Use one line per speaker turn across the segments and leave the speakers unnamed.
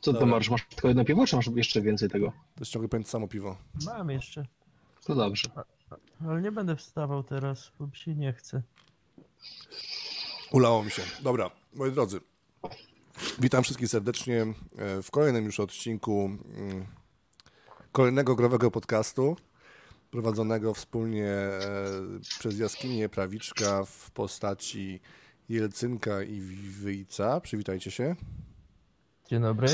Co ty
Dobra.
masz? Masz tylko jedno piwo, czy masz jeszcze więcej tego?
To jest ciągle pamięć samo piwo.
Mam jeszcze,
To dobrze.
ale nie będę wstawał teraz, bo mi się nie chce.
Ulało mi się. Dobra, moi drodzy. Witam wszystkich serdecznie e, w kolejnym już odcinku mm, kolejnego growego podcastu prowadzonego wspólnie e, przez jaskinię Prawiczka w postaci Jelcynka i Wiwyjca. Przywitajcie się.
Dzień dobry.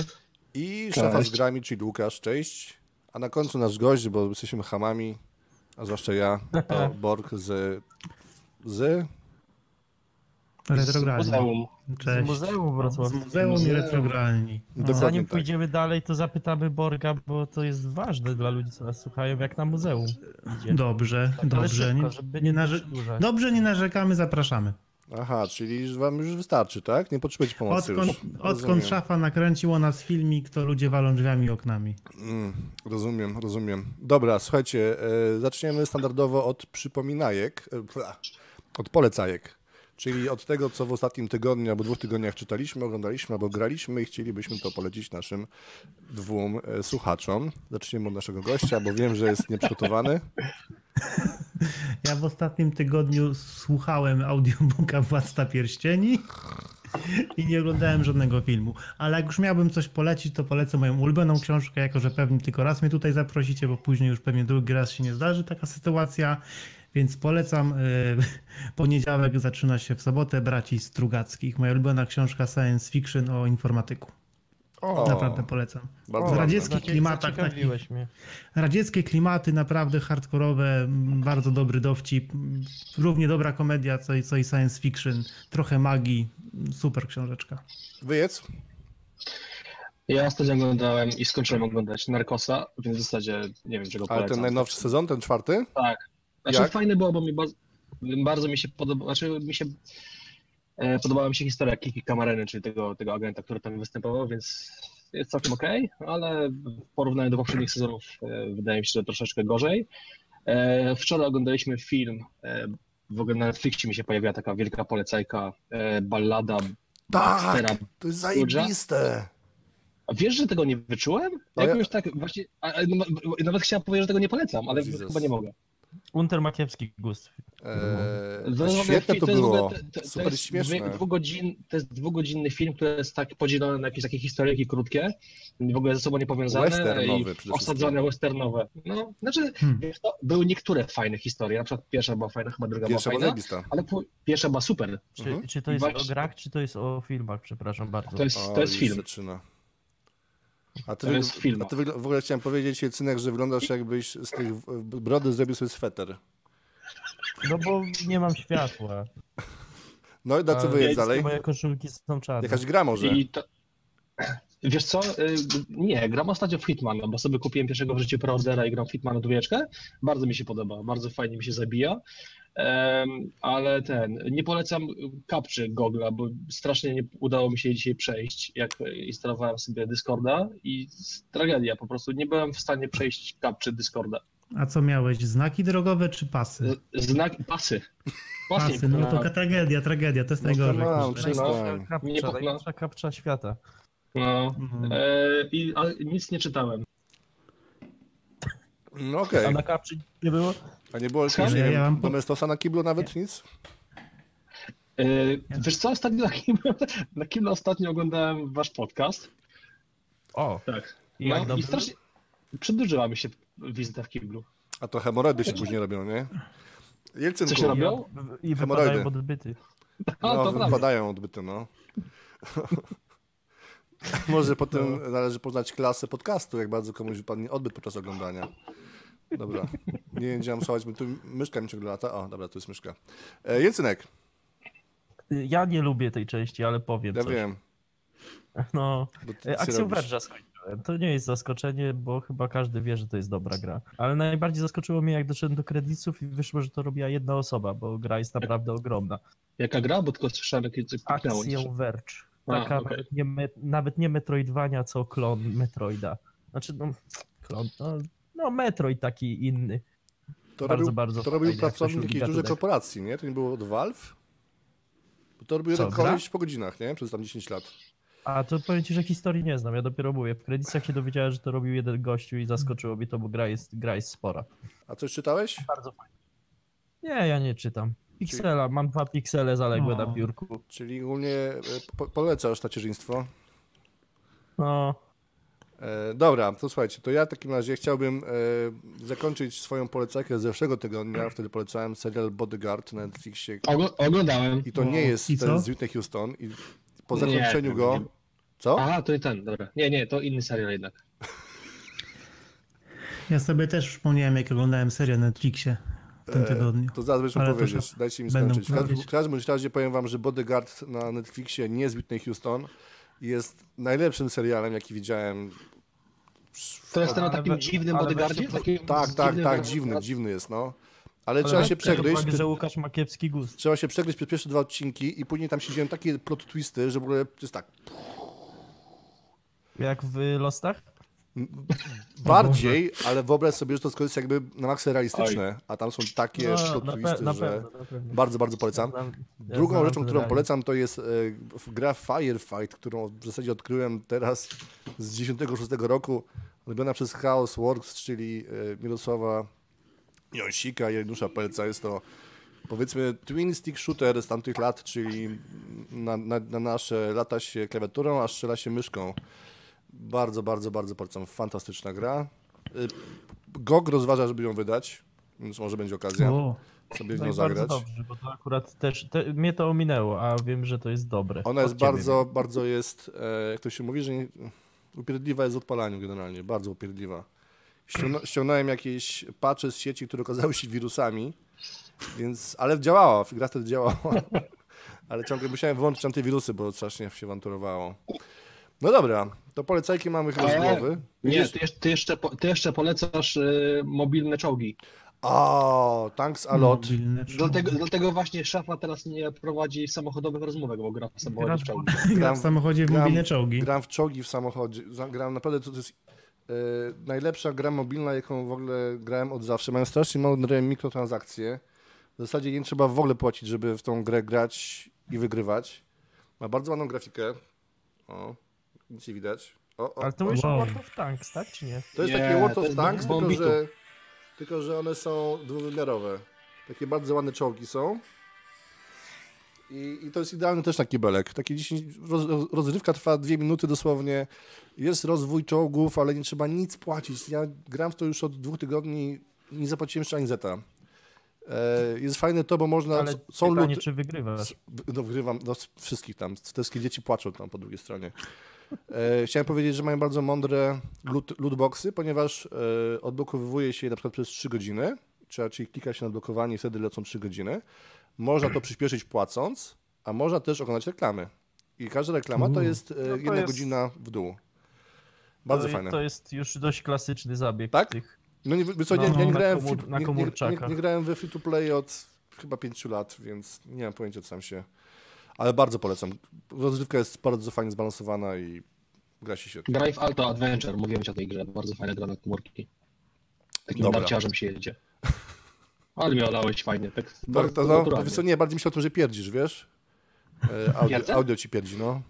I szefa z
Cześć.
grami, czyli Łukasz, cześć. A na końcu nasz gość, bo jesteśmy hamami, a zwłaszcza ja, to Borg z... z...
Z
Retrogralni.
muzeum.
Z
Cześć.
muzeum
Z
Wrocław.
muzeum i retrogralni.
Dokładnie
Zanim
tak.
pójdziemy dalej, to zapytamy Borga, bo to jest ważne dla ludzi, co nas słuchają, jak na muzeum idzie.
No, Dobrze, dobrze.
Ale
Nie,
szybko, żeby
nie no,
nie
narze...
przedłużać.
Dobrze, nie narzekamy, zapraszamy.
Aha, czyli wam już wystarczy, tak? Nie potrzebujecie pomocy
Odkąd,
już.
odkąd
Rozumiem.
szafa nakręcił o nas filmik, to ludzie walą drzwiami i oknami.
Mm, rozumiem, rozumiem. Dobra, słuchajcie, e, zaczniemy standardowo od przypominajek, e, pla, od polecajek, czyli od tego, co w ostatnim tygodniu albo dwóch tygodniach czytaliśmy, oglądaliśmy albo graliśmy i chcielibyśmy to polecić naszym dwóm e, słuchaczom. Zaczniemy od naszego gościa, bo wiem, że jest nieprzygotowany.
Ja w ostatnim tygodniu słuchałem audiobooka Władca Pierścieni i nie oglądałem żadnego filmu. Ale jak już miałbym coś polecić, to polecę moją ulubioną książkę, jako że pewnie tylko raz mnie tutaj zaprosicie, bo później już pewnie drugi raz się nie zdarzy taka sytuacja. Więc polecam. y, Poniedziałek zaczyna się w sobotę Braci Strugackich. Moja ulubiona książka science fiction o informatyku.
O,
Naprawdę polecam.
bardzo
z
ładne.
radzieckich
Zacie-
klimatach
znaczy, zaciekawiłeś mnie.
Radzieckie klimaty, naprawdę hardkorowe, m, bardzo dobry dowcip, m, równie dobra komedia, co i, co i science fiction, trochę magii, m, super książeczka.
Wyjedz?
Ja ostatnio oglądałem i skończyłem oglądać Narkosa, więc w zasadzie nie wiem, czego
Ale
polecam.
ten najnowszy sezon, ten czwarty?
Tak. Znaczy
Jak?
fajne było, bo mi bardzo, bardzo mi się podoba, znaczy mi się e, podobała mi się historia Kiki Kamareny, czyli tego, tego agenta, który tam występował, więc jest całkiem okej, ale w porównaniu do poprzednich sezonów e, wydaje mi się, że troszeczkę gorzej. E, wczoraj oglądaliśmy film, e, w ogóle na Netflixie mi się pojawiła taka wielka polecajka, e, ballada
Tak!
Baxtera
To jest zajebiste!
a wiesz, że tego nie wyczułem?
No
Jak
ja-
już tak właśnie. A, a, no, nawet chciałem powiedzieć, że tego nie polecam, ale
Jesus.
chyba nie mogę.
Unter ma kiepski gust.
To jest w
Eee,
ogóle
świetne
fi-
to
jest w ogóle-
było,
to- to- to
super
jest dwie-
śmieszne.
Dwugodzin, to jest dwugodzinny film, który jest tak podzielony na jakieś takie historyjki krótkie, w ogóle ze sobą niepowiązane
Westernowy
i
przede
osadzone westernowe. No, znaczy,
Hmm.
wiesz, to były niektóre fajne historie, na przykład pierwsza była fajna, chyba druga
Pierwsza
była
była
fajna,
zajebista.
ale pół- pierwsza była super.
Czy,
Mhm.
czy to jest
Właśnie.
o grach, czy to jest o filmach? Przepraszam bardzo.
To jest,
O,
to jest
już
film.
Zaczyna. A ty,
To jest film.
A ty wygl- w ogóle chciałem powiedzieć, Cynek, że wyglądasz jakbyś z tych w- brody zrobił sobie sweter.
No bo nie mam światła.
No i na co
A
wyjedz
wszystkie
dalej?
Moje koszulki są czarne.
Jakaś gra może.
I to... Wiesz co? y, Nie, gram ostatnio w Hitmana, bo sobie kupiłem pierwszego w życiu preordera i gram w Hitmana dwójeczkę. Bardzo mi się podoba, bardzo fajnie mi się zabija. Em, ale ten, nie polecam kapczy Gogla, bo strasznie nie udało mi się jej dzisiaj przejść, jak y, instalowałem sobie Discorda i s- tragedia, po prostu nie byłem w stanie przejść kapczy Discorda.
A co miałeś, znaki drogowe czy pasy?
No,
Z- Znak, pasy. Pasy,
Pasy, no to ka- tragedia, tragedia, to jest
No to
najgorzej.
mam,
kurczę.
przecież-
Najgorsza
Nie
kapcza,
po-
najgorsza kapcza świata.
no.
Mhm.
E, i, ale nic nie czytałem.
No okej.
A na kapczy nie było?
A nie było
Co?
jakiegoś, nie
Ja-
wiem,
ja mam po-
Domestosa na kiblu nawet nic?
E, Wiesz co, ostatnio na kim, na kim ostatnio oglądałem wasz podcast.
O,
Tak.
i jak
No, I
dobrze
strasznie przedłużyła mi się wizyta w kiblu.
A to hemoroidy się później robią, nie? Jelcynku.
Co się robi? robią?
I, i
Hemoroidy.
wypadają odbyty.
No,
No,
to prawda.
wypadają odbyty, no. Może
No.
potem należy poznać klasę podcastu, jak bardzo komuś wypadnie odbyt podczas oglądania. Dobra, nie będziemy słuchać, bo tu myszka mi ciągle lata. O, dobra, tu jest myszka. E, Jecynek,
Y, Ja nie lubię tej części, ale powiem
ja
coś.
wiem.
No,
Bo ty,
y,
ty
Axiom
robisz.
Verge'a skończyłem. To nie jest zaskoczenie, bo chyba każdy wie, że to jest dobra gra. Ale najbardziej zaskoczyło mnie, jak doszedłem do kredytów i wyszło, że to robiła jedna osoba, bo gra jest naprawdę ogromna.
Jaka gra? Bo tylko słyszałem, jak kliknęło.
Axiom Verge.
A,
Taka
okej.
nawet, nie me, nawet nie Metroidvania, co klon Metroida. Znaczy, no, klon, no, no Metroid taki inny.
To
bardzo,
robił,
bardzo
to robił
fajnie, jak ktoś
pracownik
lubi
jakiejś dużej
gatunek.
korporacji, nie? To nie było od Valve? Bo to robił
Co,
jeden
gra?
koleś po godzinach, nie? Przez tam 10 lat.
A to powiem ci, że historii nie znam, ja dopiero mówię. W kredytach się dowiedziałem, że to robił jeden gościu i zaskoczyło mnie to, bo gra jest, gra jest spora.
A coś czytałeś?
Bardzo fajnie. Nie, ja nie czytam. Piksela, mam dwa piksele zaległe
O.
No.
na biurku.
Czyli ogólnie e, po, polecasz tacierzyństwo.
No,
E, dobra, to słuchajcie, to ja w takim razie chciałbym e, zakończyć swoją polecajkę z zeszłego tygodnia. Wtedy polecałem serial Bodyguard na Netflixie.
Ogl- oglądałem.
I to
O,
nie jest
i co?
ten z Whitney Houston. I po
Nie,
zakończeniu
to
go.
nie.
Co?
Aha, to i ten, dobra. Nie, nie, to inny serial jednak.
Ja sobie też przypomniałem, jak oglądałem serię na Netflixie w tym
E,
tygodniu.
To zaraz będziesz
Ale to
powiedzieć. Dajcie mi
będą
skończyć. W każdym, w
powiedzieć.
każdym bądź razie powiem wam, że Bodyguard na Netflixie nie z Whitney Houston jest najlepszym serialem, jaki widziałem.
To jest ten o
Ale
takim
we-
dziwnym
ale
bodyguardzie?
weźcie-
Takim
Tak, tak,
dziwnym
tak,
bodyguardzie?
dziwny, dziwny jest, no. Ale, trzeba
ale
się
tak,
biorąc pod
przegryźć.
uwagę, że Łukasz ma kiepski gust.
Trzeba się przegryźć przez pierwsze dwa odcinki i później tam się dzieją takie plot twisty, że w ogóle to jest tak.
Jak w Lostach?
Bardziej, ale wyobraź sobie, że to jest jakby na maksa realistyczne, a tam są takie
No,
plot twisty, że
na pewno.
bardzo, bardzo polecam.
Ja znam- ja
Drugą
znam
rzeczą,
ten
którą
realizm.
polecam, to jest e, f- gra Firefight, którą w zasadzie odkryłem teraz z 96 roku, robiona przez Chaos Works, czyli e, Mirosława Jąsika i Janusza Pelca. Jest to powiedzmy twin stick shooter z tamtych lat, czyli na, na, na nasze lata się klawiaturą, a strzela się myszką. Bardzo, bardzo, bardzo polecam. Fantastyczna gra. E, GOG rozważa, żeby ją wydać, więc może będzie okazja
O,
sobie w
No
nią
i bardzo
zagrać.
dobrze, bo to akurat też, te, mnie to ominęło, a wiem, że to jest dobre.
Ona
Od
jest
ciebie.
bardzo, bardzo jest, e, jak to się mówi, że nie, upierdliwa jest w odpalaniu generalnie, bardzo upierdliwa. Ściągna, ściągnąłem jakieś patche z sieci, które okazały się wirusami, więc, ale działała, gra wtedy działała. ale ciągle musiałem wyłączyć antywirusy, bo strasznie się awanturowało. No dobra, to polecajki mamy chyba z
Ale-
głowy.
E, Nie, ty, jeszcze- ty, jeszcze, po- ty jeszcze polecasz y, mobilne czołgi.
O, thanks a lot.
mobilne czoło.
Dlatego, dlatego właśnie szafa teraz nie prowadzi samochodowych rozmówek, bo gra w samochodzie
Grasz-
w czołgi.
Gra w samochodzie w
gram-
mobilne czołgi.
Gram w czołgi w samochodzie. Za- Gram naprawdę, to, to jest e, najlepsza gra mobilna, jaką w ogóle grałem od zawsze. Mają strasznie mało dodają mikrotransakcje. W zasadzie nie trzeba w ogóle płacić, żeby w tą grę grać i wygrywać. Ma bardzo ładną grafikę. O, nic nie widać. O, o,
Ale to
o.
mówisz o
Wow.
World of Tanks, tak czy nie?
To jest
Nie,
takie World
to
of
jest
Tanks,
bomb-
tylko
bombitu.
że, tylko że one są dwuwymiarowe. Takie bardzo ładne czołgi są. I, I to jest idealny też taki belek. Taki 10, roz, roz- rozrywka trwa dwie minuty dosłownie. Jest rozwój czołgów, ale nie trzeba nic płacić. Ja gram w to już od dwóch tygodni nie zapłaciłem jeszcze ani zeta. E, jest fajne to, bo można...
Ale
s- są
pytanie,
luty-
czy wygrywasz?
s- w- No, wgrywam no, z- wszystkich tam. Wszystkie dzieci płaczą tam po drugiej stronie. E, chciałem powiedzieć, że mają bardzo mądre loot, lootboxy, ponieważ e, odblokowuje się je na przykład przez 3 godziny. Trzeba, czyli klika się na blokowanie i wtedy lecą 3 godziny. Można to przyspieszyć płacąc, a można też oglądać reklamy. I każda reklama to jest e,
No to
jedna
jest-
godzina w dół. Bardzo
to,
fajne.
To jest już dość klasyczny zabieg
Tak?
tych.
No nie, wy- co, nie,
No,
ja nie
na
grałem, w
komór-
free-
na
nie, nie, nie,
komórczakach.
nie grałem we free to play od chyba pięciu lat, więc nie mam pojęcia co tam się. Ale bardzo polecam. Rozrywka jest bardzo fajnie zbalansowana i gra się świetnie.
Drive Alto Adventure, mówiłem ci o tej grze, bardzo fajna gra na komórki. Takim
Dobra.
darciarzem się jedzie. Ale mnie olałeś fajnie, tak
To,
bardzo
to, no, to,
naturalnie.
wiesz co, nie, bardziej myślę o tym, że pierdzisz, wiesz? E,
Pierdzę?
Audio, audio ci pierdzi, no.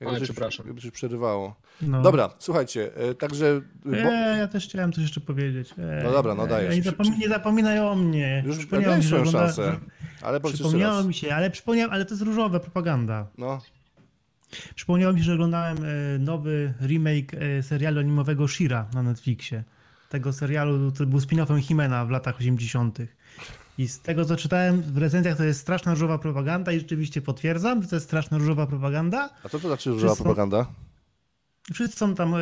Ale
coś-
przepraszam.
Jakby coś przerywało.
No.
Dobra, słuchajcie, e, także... Bo,
Eee, ja też chciałem coś jeszcze powiedzieć. Eee,
No dobra, no
eee,
dajesz.
Nie, zapomi- nie zapominaj o mnie.
już
Przypomniało mi
miałeś
się,
swoją
że ogląda-
szansę, ale powiedz jeszcze
Przypomniało
raz.
mi się, ale przypomniałem, ale to jest różowa propaganda.
No,
Przypomniało mi się, że oglądałem e, nowy remake e, serialu animowego Shira na Netflixie. Tego serialu, który był spin-offem Himena w latach 80. I z tego, co czytałem w recenzjach, to jest straszna różowa propaganda i rzeczywiście potwierdzam, że to jest straszna różowa propaganda.
a co to znaczy różowa
Wszystko-
propaganda?
Wszyscy są tam e,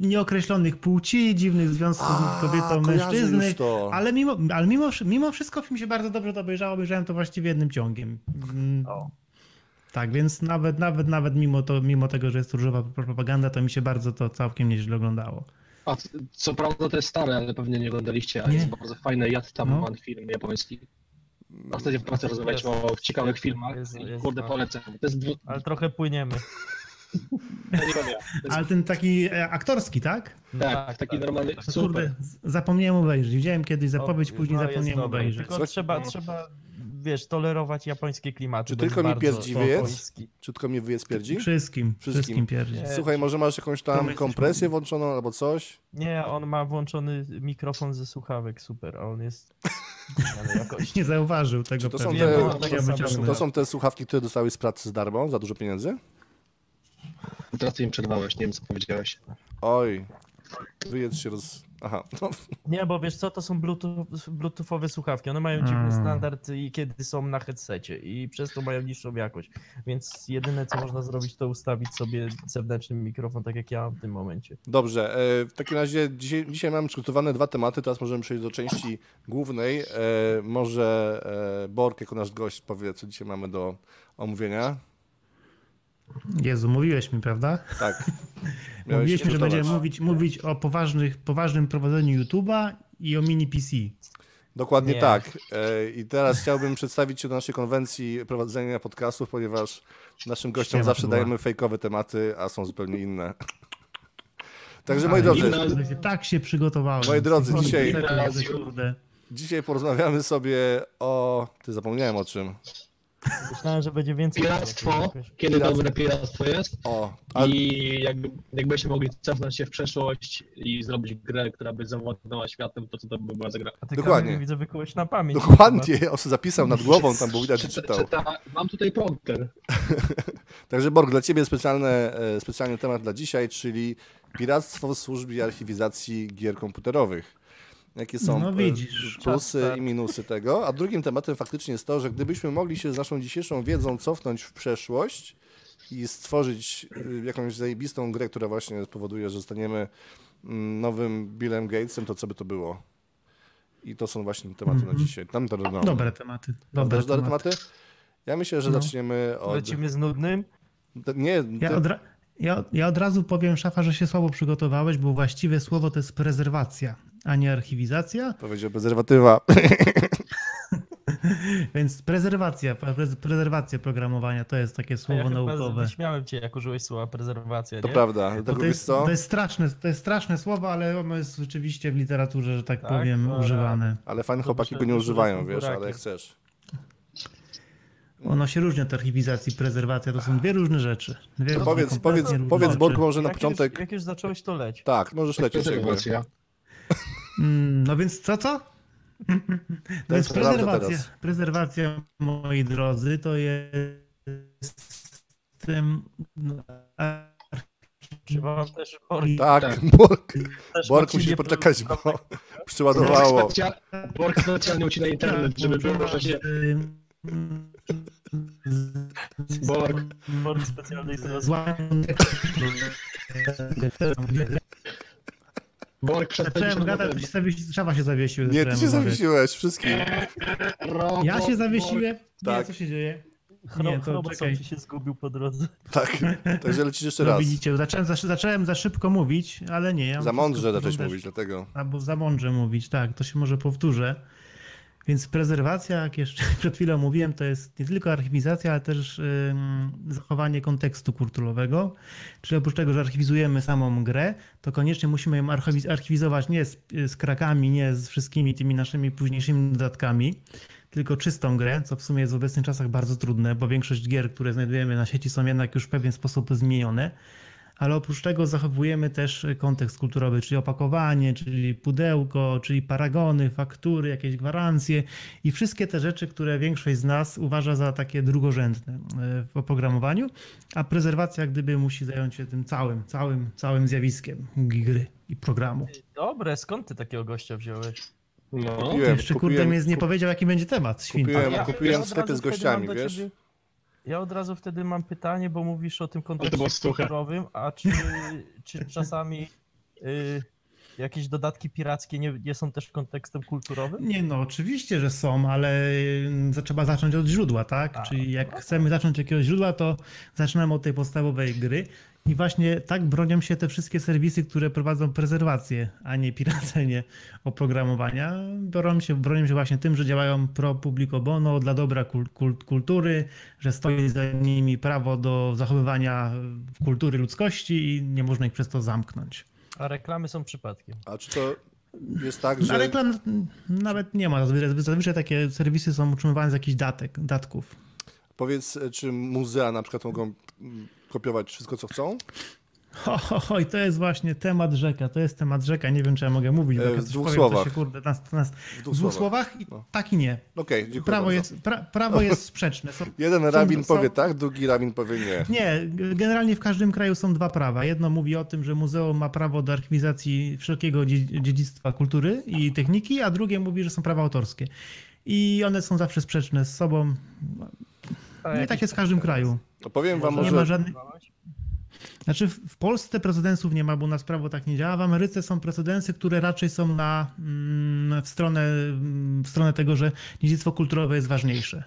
nieokreślonych płci, dziwnych związków
A,
z kobietą,
kojarzę już
mężczyzny.
to.
Ale, mimo, ale mimo, wszy- mimo wszystko film się bardzo dobrze to obejrzał, obejrzałem to właściwie jednym ciągiem. Mm,
O.
Tak, więc nawet, nawet, nawet mimo, to, mimo tego, że jest różowa propaganda, to mi się bardzo to całkiem nieźle oglądało.
A c- co prawda to jest stare, ale pewnie nie oglądaliście, a
Nie.
jest bardzo fajny Yad Taman
No.
film japoński. Ostatnio w pracy rozmawialiśmy o ciekawych filmach
Jest-
i
jest,
kurde
no.
polecam. To jest dwu...
Ale trochę płyniemy.
to nie wiem ja. To jest...
Ale ten taki e, aktorski, tak? No
No
Tak, taki normalny, super.
Kurde, z- zapomniałem obejrzeć. Widziałem kiedyś zapowiedź,
O,
później
no, jest
zapomniałem
dobre.
obejrzeć.
Tylko
Słuchaj-
trzeba,
no.
trzeba wiesz, tolerować japońskie klimaty.
Czy
bo jest
tylko mi
bardzo
pies dziwiec?
japoński.
Czy tylko mnie wyjespierdzi?
Wszystkim,
Wszystkim.
wszystkim pierdzi.
Słuchaj, może masz jakąś
To my
tam
jesteśmy-
kompresję włączoną albo coś?
Nie, on ma włączony mikrofon ze słuchawek, super, a on jest... Ale jakoś...
Nie zauważył No, tego
to są
pewnie.
te-
bo
to
chciałby
są-
ciągnąć.
To są te słuchawki, które dostałeś z pracy z darmo za dużo pieniędzy?
Teraz ty im przerwałeś, nie wiem co powiedziałeś.
Oj, wyjedź się roz... Aha, no,
Nie, bo wiesz co, to są bluetooth, bluetoothowe słuchawki, one mają dziwny
Mm.
standard i kiedy są na headsetie i przez to mają niższą jakość, więc jedyne co można zrobić to ustawić sobie zewnętrzny mikrofon, tak jak ja mam w tym momencie.
Dobrze, e, w takim razie dzisiaj, dzisiaj mam przygotowane dwa tematy, teraz możemy przejść do części głównej. E, Może e, Bork jako nasz gość powie, co dzisiaj mamy do omówienia.
Jezu, mówiłeś mi, prawda?
Tak. Miałeś się
Mówiliśmy, że
gotować.
będziemy mówić, mówić o poważnych, poważnym prowadzeniu YouTube'a i o mini PC.
Dokładnie
Nie.
tak. E, I teraz chciałbym przedstawić Cię do naszej konwencji prowadzenia podcastów, ponieważ naszym gościom
Ściema
zawsze
była.
dajemy fejkowe tematy, a są zupełnie inne. Także moi
Ale
drodzy,
inna-
nie, Tak się przygotowałem. tak,
Moi drodzy, dzisiaj-
Kurde.
dzisiaj porozmawiamy sobie o... Ty zapomniałem o czym.
Myślałem, że będzie więcej...
Piractwo, kiedy
Piractwo.
dobre piractwo jest
O, a
i jak, jakbyśmy mogli cofnąć się w przeszłość i zrobić grę, która by zawładnęła światem, to co to by była za gra?
A
Dokładnie.
ty Dokładnie. widzę wykułeś na pamięć.
dokładnie, on sobie zapisał nad głową, tam było widać, że
Czyta-
czytał.
czyta- mam tutaj prompter.
Także Borg, dla Ciebie specjalne, e, specjalny temat dla dzisiaj, czyli piractwo w służbie archiwizacji gier komputerowych. Jakie są
No
e,
widzisz.
plusy
Tak.
i minusy tego? A drugim tematem faktycznie jest to, że gdybyśmy mogli się z naszą dzisiejszą wiedzą cofnąć w przeszłość i stworzyć e, jakąś zajebistą grę, która właśnie spowoduje, że zostaniemy mm, nowym Billem Gatesem, to co by to było? I to są właśnie tematy na
Mhm.
dzisiaj. Tam to
Dobre tematy. Dobre
No. Dobre
tematy.
tematy? Ja myślę, że
No.
zaczniemy od...
Lecimy z nudnym.
Nie,
Ja
te-
od, ra- ja, ja od razu powiem, szafa, że się słabo przygotowałeś, bo właściwe słowo to jest prezerwacja, a nie archiwizacja.
Powiedział prezerwatywa.
Więc prezerwacja, prez- prezerwacja programowania to jest takie
A
słowo
ja
naukowe.
Śmiałem cię, jak użyłeś słowa prezerwacja,
To
nie?
prawda.
Bo
Tak
to,
mówisz
jest,
co?
to jest straszne, to jest straszne słowo, ale ono jest rzeczywiście w literaturze, że tak,
Tak?
powiem,
No,
używane.
Ale fajne
to
chłopaki
myślę,
go nie
że
używają,
jestem
wiesz, ale
burakiem.
chcesz.
Ono się różni od archiwizacji, prezerwacja, to
Tak.
są dwie różne rzeczy. Dwie
To
różne,
powiedz,
kompletnie
powiedz,
różne
powiedz
rzeczy.
Borku może na
jak Już,
początek.
jak już zacząłeś, to leć.
Tak, możesz lecieć jakby.
Rezerwacja.
Mm, No więc co, co?
To
To
jest
jest
prawda
prezerwacja.
teraz.
Prezerwacja, moi drodzy, to jest tym no,
Trzeba wam też porki.
Tak,
Tak.
Bork,
Też
Bork
macie
musi
nie-
poczekać, bo przyładowało.
Specja- Borg specjalnie ucina internet, żeby było można się... Borg.
Bork specjalnej zaraz-
Złamałem
Borg przestanie
Zacząłem gadać,
się...
zawiesi- szafa się zawiesił.
Nie, ty
zacząłem
się
mówić.
zawiesiłeś, wszystkim.
Robot
Ja się
Borg.
zawiesiłem?
Tak.
Nie, co się dzieje?
Chro,
Nie, to
chrobot
czekaj.
ci się zgubił po drodze.
Tak, także lecisz jeszcze
No
raz.
widzicie, zacząłem za, zacząłem za szybko mówić, ale nie. Ja mam
Za mądrze
wszystko
zacząłeś
porządeczne.
mówić, dlatego.
Albo za mądrze mówić, tak, to się może powtórzę. Więc prezerwacja, jak jeszcze przed chwilą mówiłem, to jest nie tylko archiwizacja, ale też ym, zachowanie kontekstu kulturowego. Czyli oprócz tego, że archiwizujemy samą grę, to koniecznie musimy ją archiwiz- archiwizować nie z, z krakami, nie z wszystkimi tymi naszymi późniejszymi dodatkami, tylko czystą grę, co w sumie jest w obecnych czasach bardzo trudne, bo większość gier, które znajdujemy na sieci są jednak już w pewien sposób zmienione. Ale oprócz tego zachowujemy też kontekst kulturowy, czyli opakowanie, czyli pudełko, czyli paragony, faktury, jakieś gwarancje i wszystkie te rzeczy, które większość z nas uważa za takie drugorzędne e, w oprogramowaniu, a prezerwacja jak gdyby musi zająć się tym całym, całym, całym zjawiskiem gry i programu.
Dobre, skąd ty takiego gościa wziąłeś?
No.
Kupiłem,
Jeszcze kurde
kupiłem,
mnie nie powiedział, jaki będzie temat. Świnpa.
kupiłem,
Ja- ja
kupiłem
od
sklepy
razu
z
wtedy
gościami,
mam do
wiesz?
ciebie- Ja od razu wtedy mam pytanie, bo mówisz o tym
to było
kontekście
suche.
kulturowym, a czy, czy czasami y, jakieś dodatki pirackie nie, nie są też kontekstem kulturowym?
Nie no, oczywiście, że są, ale mm, za- trzeba zacząć od źródła, tak?
A,
Czyli jak chcemy zacząć od jakiegoś źródła, to zaczynamy od tej podstawowej gry. I właśnie tak bronią się te wszystkie serwisy, które prowadzą prezerwację, a nie piracenie oprogramowania. Biorą się, bronią się właśnie tym, że działają pro publico bono, dla dobra kul- kul- kultury, że stoi za nimi prawo do zachowywania e, kultury ludzkości i nie można ich przez to zamknąć.
A reklamy są przypadkiem.
A czy to, Jest tak,
Na
że
reklam nawet nie ma. Zazwy- Zazwyczaj takie serwisy są utrzymywane z jakichś datek, datków.
powiedz, e, czy muzea na przykład mogą mm, kopiować wszystko, co chcą?
Ho, ho, ho, i to jest właśnie temat rzeka. To jest temat rzeka. Nie wiem, czy ja mogę mówić. bo
E,
jak ja
w
coś
dwóch
powiem, to
słowach.
Się, kurde, nas, nas,
W
w
dwóch
dwóch słowach,
słowach.
i
No.
tak i nie.
Okej, dziękuję
Prawo
bardzo.
jest, pra, prawo jest sprzeczne. Są,
Jeden
są-
rabin
są-
powie tak, drugi rabin powie nie.
Nie, generalnie w każdym kraju są dwa prawa. Jedno mówi o tym, że muzeum ma prawo do archiwizacji wszelkiego dzie- dziedzictwa kultury i techniki, a drugie mówi, że są prawa autorskie. I one są zawsze sprzeczne z sobą. Nie tak jest w każdym kraju.
Opowiem wam
Nie ma
może...
żadnych. Znaczy, w w Polsce precedensów nie ma, bo u nas prawo tak nie działa. W Ameryce są precedensy, które raczej są na, mm, w, stronę, mm, w stronę tego, że dziedzictwo kulturowe jest ważniejsze.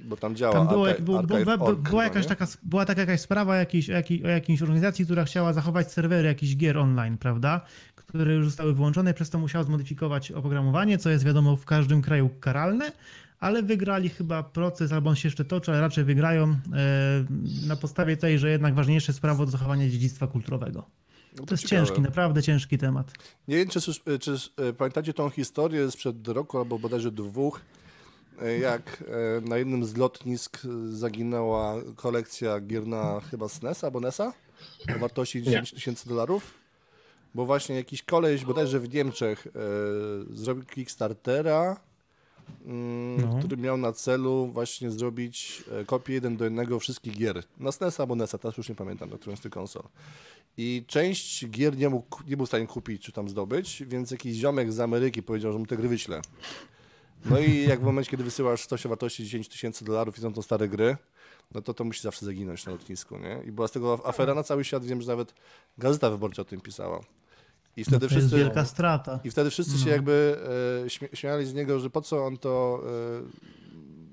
Bo tam działa
Tam było,
archi-
był, był,
archive.org
był,
chyba,
była, jakaś
no
tak-
nie?
taka, była taka jakaś sprawa jakiejś, jakiej, o jakiejś organizacji, która chciała zachować serwery jakichś gier online, prawda? Które już zostały wyłączone, przez to musiała zmodyfikować oprogramowanie, co jest wiadomo w każdym kraju karalne, ale wygrali chyba proces, albo on się jeszcze toczy, ale raczej wygrają e, na podstawie tej, że jednak ważniejsze jest prawo do zachowania dziedzictwa kulturowego.
No
To jest
ciekawe.
ciężki, naprawdę ciężki temat.
Nie wiem, czy, słysz- czy e, pamiętacie tą historię sprzed roku albo bodajże dwóch, e, jak e, na jednym z lotnisk e, zaginęła kolekcja gier na chyba SNES albo NES-a o wartości 10 tysięcy dolarów. Bo właśnie jakiś koleś bodajże w Niemczech e, zrobił Kickstartera, mm,
No.
który miał na celu właśnie zrobić e, kopię jeden do jednego wszystkich gier. Na SNES albo NES-a, teraz już nie pamiętam, na którymś z tych konsol. I część gier nie, mógł, nie był w stanie kupić czy tam zdobyć, więc jakiś ziomek z Ameryki powiedział, że mu te gry wyśle. No i jak w momencie, kiedy wysyłasz coś o wartości 10 tysięcy dolarów i są to stare gry, no to to musi zawsze zaginąć na lotnisku, nie? I była z tego afera na cały świat, wiem, że nawet Gazeta Wyborcza o tym pisała. I wtedy
No To jest
wszyscy...
wielka strata.
I wtedy wszyscy się jakby e, śmie- śmiali z niego, że po co on to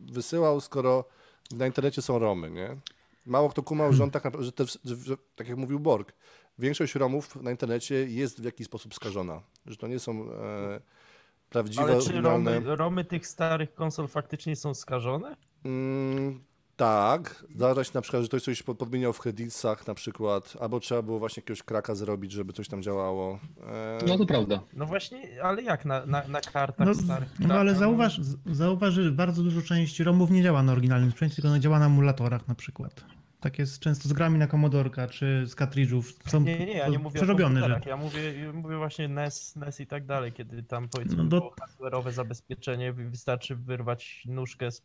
e, wysyłał, skoro na internecie są Romy, nie? Mało kto kumał, że on tak naprawdę, że, te, wsz- że, że tak jak mówił Borg, większość Romów na internecie jest w jakiś sposób skażona, że to nie są e, prawdziwe,
Ale czy
oryginalne...
romy, romy tych starych konsol faktycznie są skażone?
Mm, tak, zdarza się na przykład, że ktoś coś po- podmieniał w kredytach na przykład, albo trzeba było właśnie jakiegoś kraka zrobić, żeby coś tam działało. E,
No to prawda.
No właśnie, ale jak na, na, na kartach
No,
starych?
no
Tak,
ale
no.
zauważ, z- zauważ, że bardzo dużo części ROMów nie działa na oryginalnym sprzęcie, tylko ona działa na emulatorach na przykład. Tak jest często z grami na Commodorka czy z kartridżów. Są
Nie, nie, nie, ja nie mówię
przerobione
o
rzeczy.
komputerach. Ja mówię, ja mówię właśnie NES, NES i tak dalej, kiedy tam powiedzmy
No do-
było hardware'owe zabezpieczenie, wy- wystarczy wyrwać nóżkę z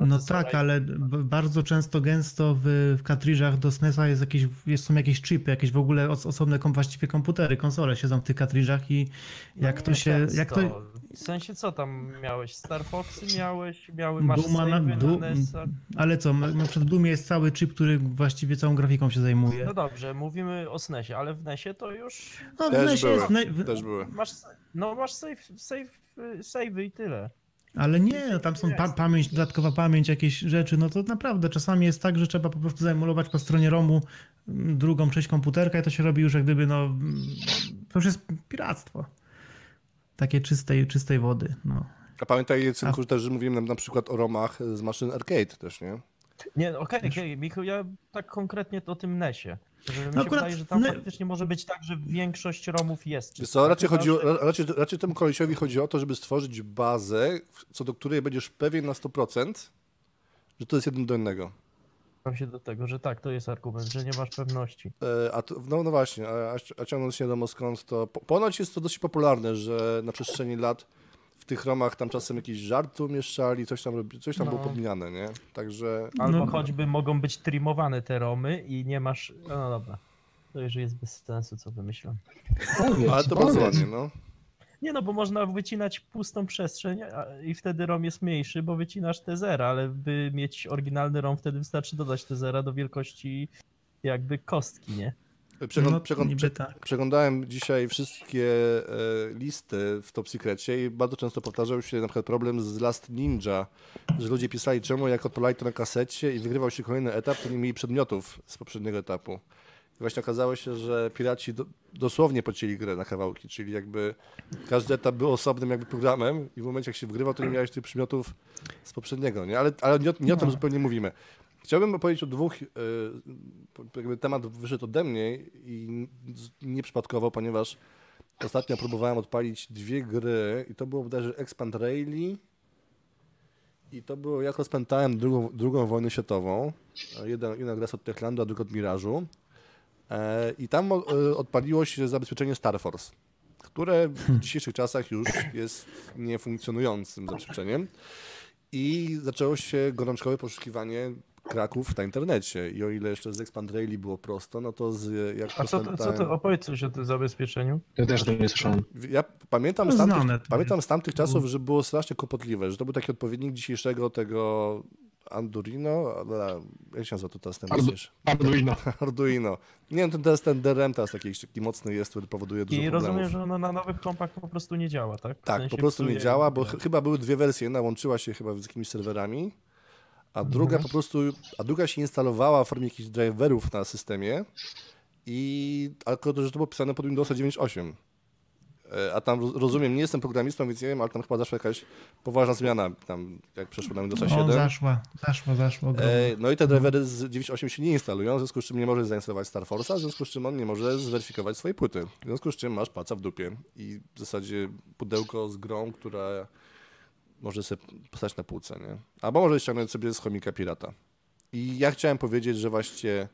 No
procesora
tak,
i-
ale b- bardzo często, gęsto w, w kartridżach do SNES-a jest jakieś, jest, są jakieś chipy, jakieś w ogóle os- osobne kom, właściwie komputery, konsole siedzą w tych kartridżach i
No
jak
nie,
to się...
często.
Jak to,
W sensie co tam miałeś? Star Foxy miałeś, miały masz
Duma na,
save'y
du,
na E NES-a.
ale co, na na przykład w Doomie jest cały chip, który właściwie całą grafiką się zajmuje.
No dobrze, mówimy o SNESie, ale w NESie to już
No, w
Też
NES-ie
były.
jest, w ne- w,
Też były.
masz, no masz save, save, save'y i tyle.
Ale nie, no tam są pa pamięć, dodatkowa pamięć, jakieś rzeczy, no to naprawdę czasami jest tak, że trzeba po prostu zaemulować po stronie ROMu mm, drugą część komputerka i to się robi już jak gdyby, no mm, to już jest piractwo. Takie czystej, czystej wody, no.
A pamiętaj, Cynku,
A-
że też mówiłem nam na przykład o Romach z maszyn arcade też, nie?
Nie, no okej, okej, Michał, ja tak konkretnie to o tym NESie. Że mi się
No akurat
wydaje, że tam
ne-
faktycznie może być tak, że większość Romów jest.
Wiesz
czysta.
co, raczej,
Chyba,
chodzi,
że-
ra- raczej, raczej temu kolesiowi chodzi o to, żeby stworzyć bazę, w- co do której będziesz pewien na 100%, że to jest jeden do jednego.
Zgadzam się do tego, że tak, to jest argument, że nie masz pewności.
E, A to, no, no właśnie, a, a ciągnąc się wiadomo skąd, to po, ponoć jest to dosyć popularne, że na przestrzeni lat w tych Romach tam czasem jakiś żart umieszczali, coś tam, robi- coś tam było
No.
podmieniane, nie? Także
Albo
No.
choćby mogą być trimowane te Romy i nie masz. No dobra. To już jest bez sensu, co wymyślam.
Powiedz,
Ale to
powiedz.
bardzo ładnie, no.
Nie no, bo można wycinać pustą przestrzeń a- i wtedy ROM jest mniejszy, bo wycinasz te zera, ale by mieć oryginalny ROM, wtedy wystarczy dodać te zera do wielkości jakby kostki, nie?
Przegląd,
no
przegląd,
niby tak.
Przeglądałem dzisiaj wszystkie e, listy w Top Secrecie i bardzo często powtarzał się na przykład problem z Last Ninja, że ludzie pisali czemu jak odpalali to na kasecie i wygrywał się kolejny etap, to nie mieli przedmiotów z poprzedniego etapu. I właśnie okazało się, że piraci do, dosłownie pocięli grę na kawałki, czyli jakby każdy etap był osobnym jakby programem i w momencie jak się wygrywał, to nie miałeś tych przedmiotów z poprzedniego, nie? Ale, ale nie, o- nie o tym
No.
zupełnie mówimy. Chciałbym opowiedzieć o dwóch, e, jakby temat wyszedł ode mnie i z- nieprzypadkowo, ponieważ Ostatnio próbowałem odpalić dwie gry i to było bodajże Expand Rally i to było, jak rozpętałem drugą, drugą wojnę światową. Jeden, jedna gra z od Techlandu, a druga od Mirażu. E, I tam o- e, odpaliło się zabezpieczenie Star Force, które w
Hmm.
dzisiejszych czasach już jest niefunkcjonującym zabezpieczeniem. I zaczęło się gorączkowe poszukiwanie kraków na internecie. I o ile jeszcze z Expand Rally było prosto, no to z, jak
A co, to- co
rozpętałem-
to opowiedz coś o tym zabezpieczeniu?
Ja też o tym nie słyszałem.
ja pamiętam
To
z,
No znane
tamtych,
to
pamiętam
jest.
z tamtych czasów, że było strasznie kłopotliwe, że to był taki odpowiednik dzisiejszego tego Andurino, ale jak się nazywa to teraz ten
Ardu-
myślisz?
Arduino.
Arduino. Nie wiem, ten, teraz ten DRM teraz taki, taki mocny jest, który powoduje dużo
I
problemów.
rozumiem, że ono na nowych kompach po prostu nie działa, tak? W
Tak,
sensie
po prostu nie
psuje-
działa, bo ch- chyba były dwie wersje. Jedna łączyła się chyba z jakimiś serwerami, a
Mhm.
druga po prostu, a druga się instalowała w formie jakichś driverów na systemie i tylko to, że to było pisane pod Windowsa 9.8. E, A tam roz- rozumiem, nie jestem programistą, więc nie wiem, ale tam chyba zaszła jakaś poważna zmiana, tam jak przeszło na
No,
Windowsa
O,
7.
zaszła, zaszła, zaszła. ogromna.
E, No i te drivery z 9.8 się nie instalują, w związku z czym nie możesz zainstalować Star Force'a, w związku z czym on nie może zweryfikować swojej płyty. W związku z czym masz paca w dupie i w zasadzie pudełko z grą, która może sobie postać na półce, nie? Albo może ściągnąć sobie z chomika pirata. I ja chciałem powiedzieć, że właśnie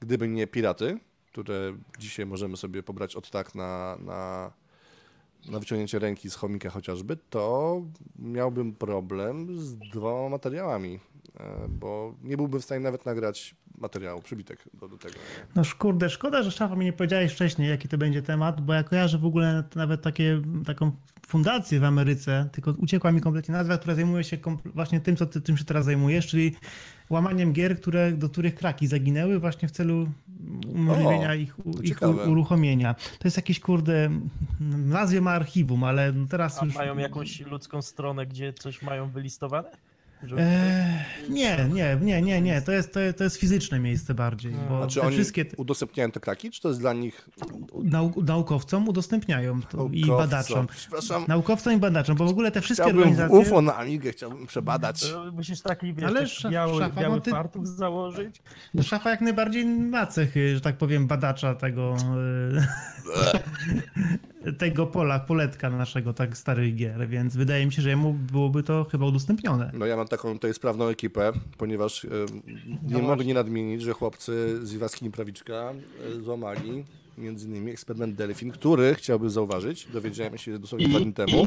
gdyby nie piraty, które dzisiaj możemy sobie pobrać od tak na, na, na wyciągnięcie ręki z chomika chociażby, to miałbym problem z dwoma materiałami, e, bo nie byłbym w stanie nawet nagrać materiału, przybitek do, do tego.
No sz- kurde, szkoda, że szafa mi nie powiedziałeś wcześniej, jaki to będzie temat, bo ja kojarzę w ogóle nawet takie, taką fundację w Ameryce, tylko uciekła mi kompletnie nazwa, która zajmuje się kompl- właśnie tym, co ty tym się teraz zajmujesz, czyli łamaniem gier, które, do których kraki zaginęły właśnie w celu umożliwienia
O,
ich, u,
to
ich
ciekawe.
u, uruchomienia. To jest jakieś kurde, nazwie ma archiwum, ale no teraz
A
już...
mają jakąś ludzką stronę, gdzie coś mają wylistowane? Żeby
Eee, nie, nie, nie, nie, nie, to jest, to jest, to jest fizyczne miejsce bardziej,
No.
bo
A czy
No, te
Znaczy, oni
wszystkie... te-
udostępniają te kraki, czy to jest dla nich
nau- naukowcom udostępniają to i
naukowcom?
badaczom.
Przepraszam,
Naukowcom i badaczom, bo w ogóle te wszystkie
chciałbym w
organizacje. E,
UFO na Amigę, chciałbym przebadać.
To Musisz taki, wiesz,
Ale
taki
sza-
biały,
szafa,
biały
no ty-
fartuch założyć.
Szafa jak najbardziej ma cechy, że tak powiem, badacza tego. y, tego pola, poletka naszego tak starych gier, więc wydaje mi się, że jemu byłoby to chyba udostępnione.
No ja mam taką tutaj sprawną ekipę, ponieważ em, nie mogę nie nadmienić, że chłopcy z Iwaskini Prawiczka e, złamali między innymi eksperyment Delfin, który chciałby zauważyć, dowiedziałem się dosłownie dwa dni temu,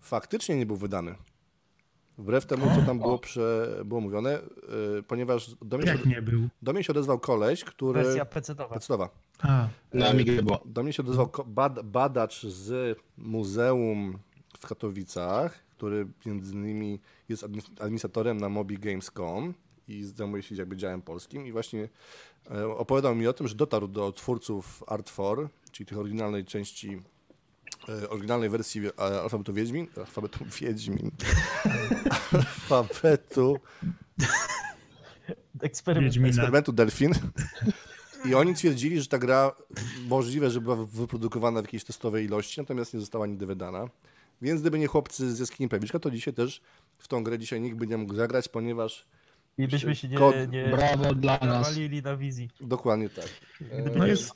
faktycznie nie był wydany. Wbrew temu, co tam było, prze, było mówione, e, ponieważ do mnie, się,
Jak nie był?
do mnie się odezwał koleś, który...
Wersja PC-towa.
Pecetowa.
A,
Na Amigę była.
Do mnie się odezwał ko- bad, badacz z muzeum w Katowicach, który między innymi jest admi- administratorem na Mobi Games.com i zajmuje się jakby działem polskim i właśnie e, opowiadał mi o tym, że dotarł do twórców Art4, czyli tych oryginalnej części, e, oryginalnej wersji e, alfabetu Wiedźmin, alfabetu Wiedźmin, alfabetu
Eksperyment.
Wiedźmina.
eksperymentu Delfin. I oni twierdzili, że ta gra możliwe, że była wyprodukowana w jakiejś testowej ilości, natomiast nie została nigdy wydana. Więc gdyby nie chłopcy z jaskini Prawiczka, to dzisiaj też w tą grę dzisiaj nikt by nie mógł zagrać, ponieważ
I byśmy się nie,
Kod-
nie
Brawo dla nas.
nawalili na wizji.
dokładnie tak.
Gdyby
No
nie-
jest,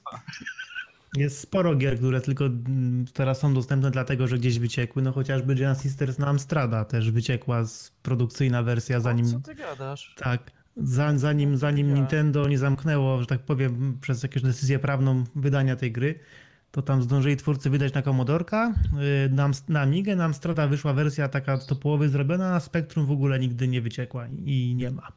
jest sporo gier, które tylko mm, teraz są dostępne dlatego, że gdzieś wyciekły. No chociażby Giant Sisters na Amstrada też wyciekła z produkcyjna wersja, zanim
Co ty gadasz?
Tak. Za- Zanim, zanim
Ja.
Nintendo nie zamknęło, że tak powiem, przez jakąś decyzję prawną wydania tej gry, to tam zdążyli twórcy wydać na Commodorka, yy, na, Ams- na Amigę, na Amstrada wyszła wersja taka do połowy zrobiona, a Spectrum w ogóle nigdy nie wyciekła i nie ma.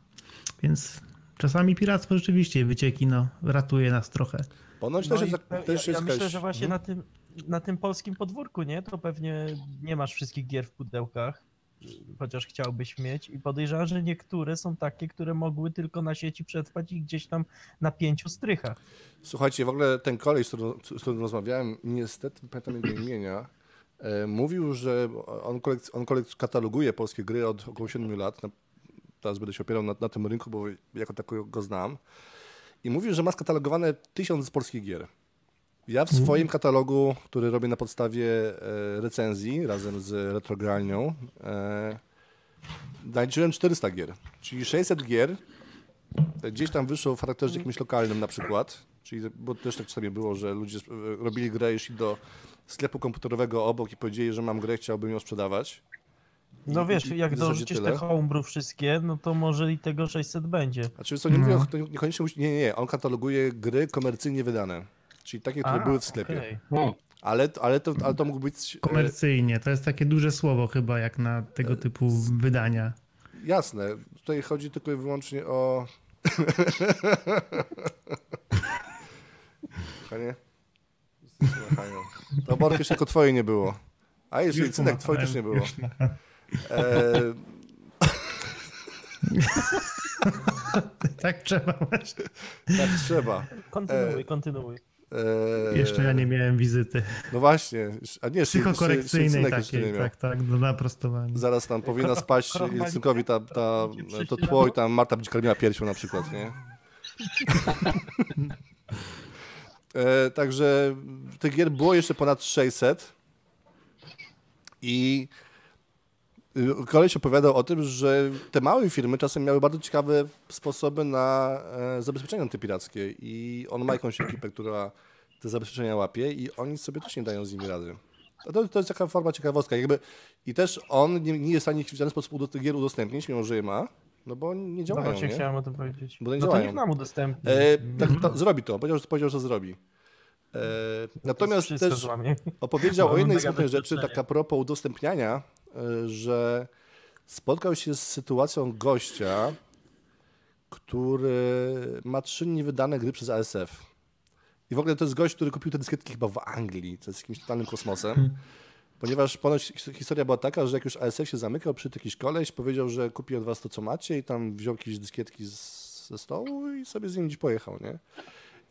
Więc czasami piractwo rzeczywiście wycieki, no, ratuje nas trochę.
Ponoć
No
też
i
jest,
pe-
też
ja,
jest
ja myślę,
jakaś-
że właśnie
Mhm.
na, tym, na tym polskim podwórku, nie? To pewnie nie masz wszystkich gier w pudełkach, y, chociaż chciałbyś mieć. I podejrzewam, że niektóre są takie, które mogły tylko na sieci przetrwać i gdzieś tam na pięciu strychach.
Słuchajcie, w ogóle ten koleś, z którym, z którym rozmawiałem, niestety nie pamiętam jego imienia, e, mówił, że on, kolek- on kolek- kataloguje polskie gry od około 7 lat. Na, teraz będę się opierał na, na tym rynku, bo jako takiego go znam. I mówił, że ma skatalogowane tysiąc polskich gier. Ja w swoim katalogu, który robię na podstawie e, recenzji razem z Retrogralnią, e, naliczyłem 400 gier. Czyli 600 gier gdzieś tam wyszło w charakterze jakimś lokalnym na przykład, Czyli, bo też tak czasami było, że ludzie sp- e, robili grę, szli do sklepu komputerowego obok i powiedzieli, że mam grę, chciałbym ją sprzedawać.
No
I-
wiesz,
i- i
jak
w zasadzie
dorzucisz
tyle.
te homebrew wszystkie, no to może i tego 600 będzie.
Znaczy, co nie mówię,
No.
o- to niekoniecznie musi, nie, nie, nie, on kataloguje gry komercyjnie wydane. Czyli takie, które
A,
były w sklepie.
okej.
No,
Ale, ale, to, ale to mógł być. e,
Komercyjnie, to jest takie duże słowo chyba jak na tego typu wydania.
Jasne. Tutaj chodzi tylko i wyłącznie o. Kochanie? Kochanie. To Bork jeszcze tylko twoje nie było. A jeszcze
Już
cynek twoje też nie było.
pomachałem, już macham.
E,
Tak trzeba właśnie.
tak trzeba.
Kontynuuj, kontynuuj.
E,
Jeszcze ja nie miałem wizyty
No właśnie. A nie, jeszcze- jeszcze- jeszcze
psychokorekcyjnej
cynek jeszcze nie
takiej,
miał.
tak, tak, do naprostowania.
Zaraz tam powinna
Krok-
spaść
krok magii-
Ilcykowi ta, ta,
Przyszli
to
na
tło i
bok?
tam Marta będzie karmiła piersią na przykład, nie? e, także tych gier było jeszcze ponad 600 i y, koleś opowiadał o tym, że te małe firmy czasem miały bardzo ciekawe sposoby na e, zabezpieczenia antypirackie i on ma jakąś ekipę, która te zabezpieczenia łapie i oni sobie też nie dają z nimi rady. A To, to jest taka forma ciekawostka. Jakby, I też on nie, nie jest w stanie ich w żaden sposób do tych gier udostępnić, mimo że je ma, no bo nie
No
działają,
właśnie
nie?
chciałem o tym powiedzieć.
Bo nie
No to
działają.
niech nam udostępni.
E, tak, to, zrobi to, powiedział, że, powiedział, że zrobi. E, natomiast
No Wszystko
też
złamie.
opowiedział o
Mamy
jednej
mega
smutnej rzeczy,
doświadczenie.
tak a propos udostępniania, e, że spotkał się z sytuacją gościa, który ma trzy niewydane gry przez ASF. I w ogóle to jest gość, który kupił te dyskietki chyba w Anglii, co jest jakimś totalnym kosmosem. Ponieważ ponoć his- historia była taka, że jak już ASF się zamykał, przyszedł jakiś koleś, powiedział, że kupi od was to, co macie i tam wziął jakieś dyskietki z, ze stołu i sobie z nim gdzieś pojechał, nie?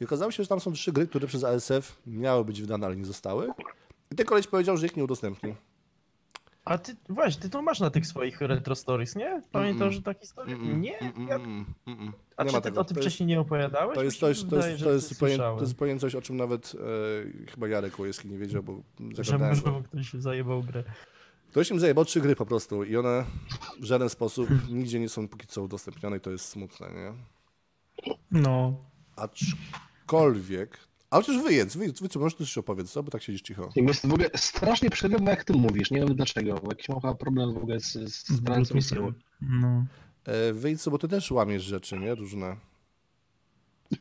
I okazało się, że tam są trzy gry, które przez ASF miały być wydane, ale nie zostały. I ten koleś powiedział, że ich nie udostępnił.
A ty, właśnie, ty to masz na tych swoich retro stories, nie? Pamiętam,
Mm-mm.
że ta historia...
Mm-mm,
Nie?
mm-mm,
Ja-
mm-mm, mm-mm.
A
Nie
czy
ma
ty
tego.
o tym
To jest-
wcześniej nie opowiadałeś?
To jest
Mi się
coś, to
wydaje,
jest,
że
to
ty
jest, zupełnie, to
słyszałem.
jest zupełnie coś, o czym nawet e, chyba Jarek Łojewski nie wiedział, bo
Że
zagadałem.
może mu ktoś zajebał grę.
Ktoś im zajebał trzy gry po prostu i one w żaden sposób nigdzie nie są póki co udostępnione i to jest smutne, nie?
No,
Aczkolwiek... Ale przecież wyjedz, wyjedz, wyjedz, może ty coś opowiedz, co? Bo tak siedzisz cicho.
jakby w ogóle strasznie przerywa, jak ty mówisz. Nie wiem dlaczego. bo Jakiś mam chyba problem w ogóle z, z,
z
z balansem sił.
Bluetoothem. No.
E, wyjedz, co, bo ty też łamiesz rzeczy, nie? Różne.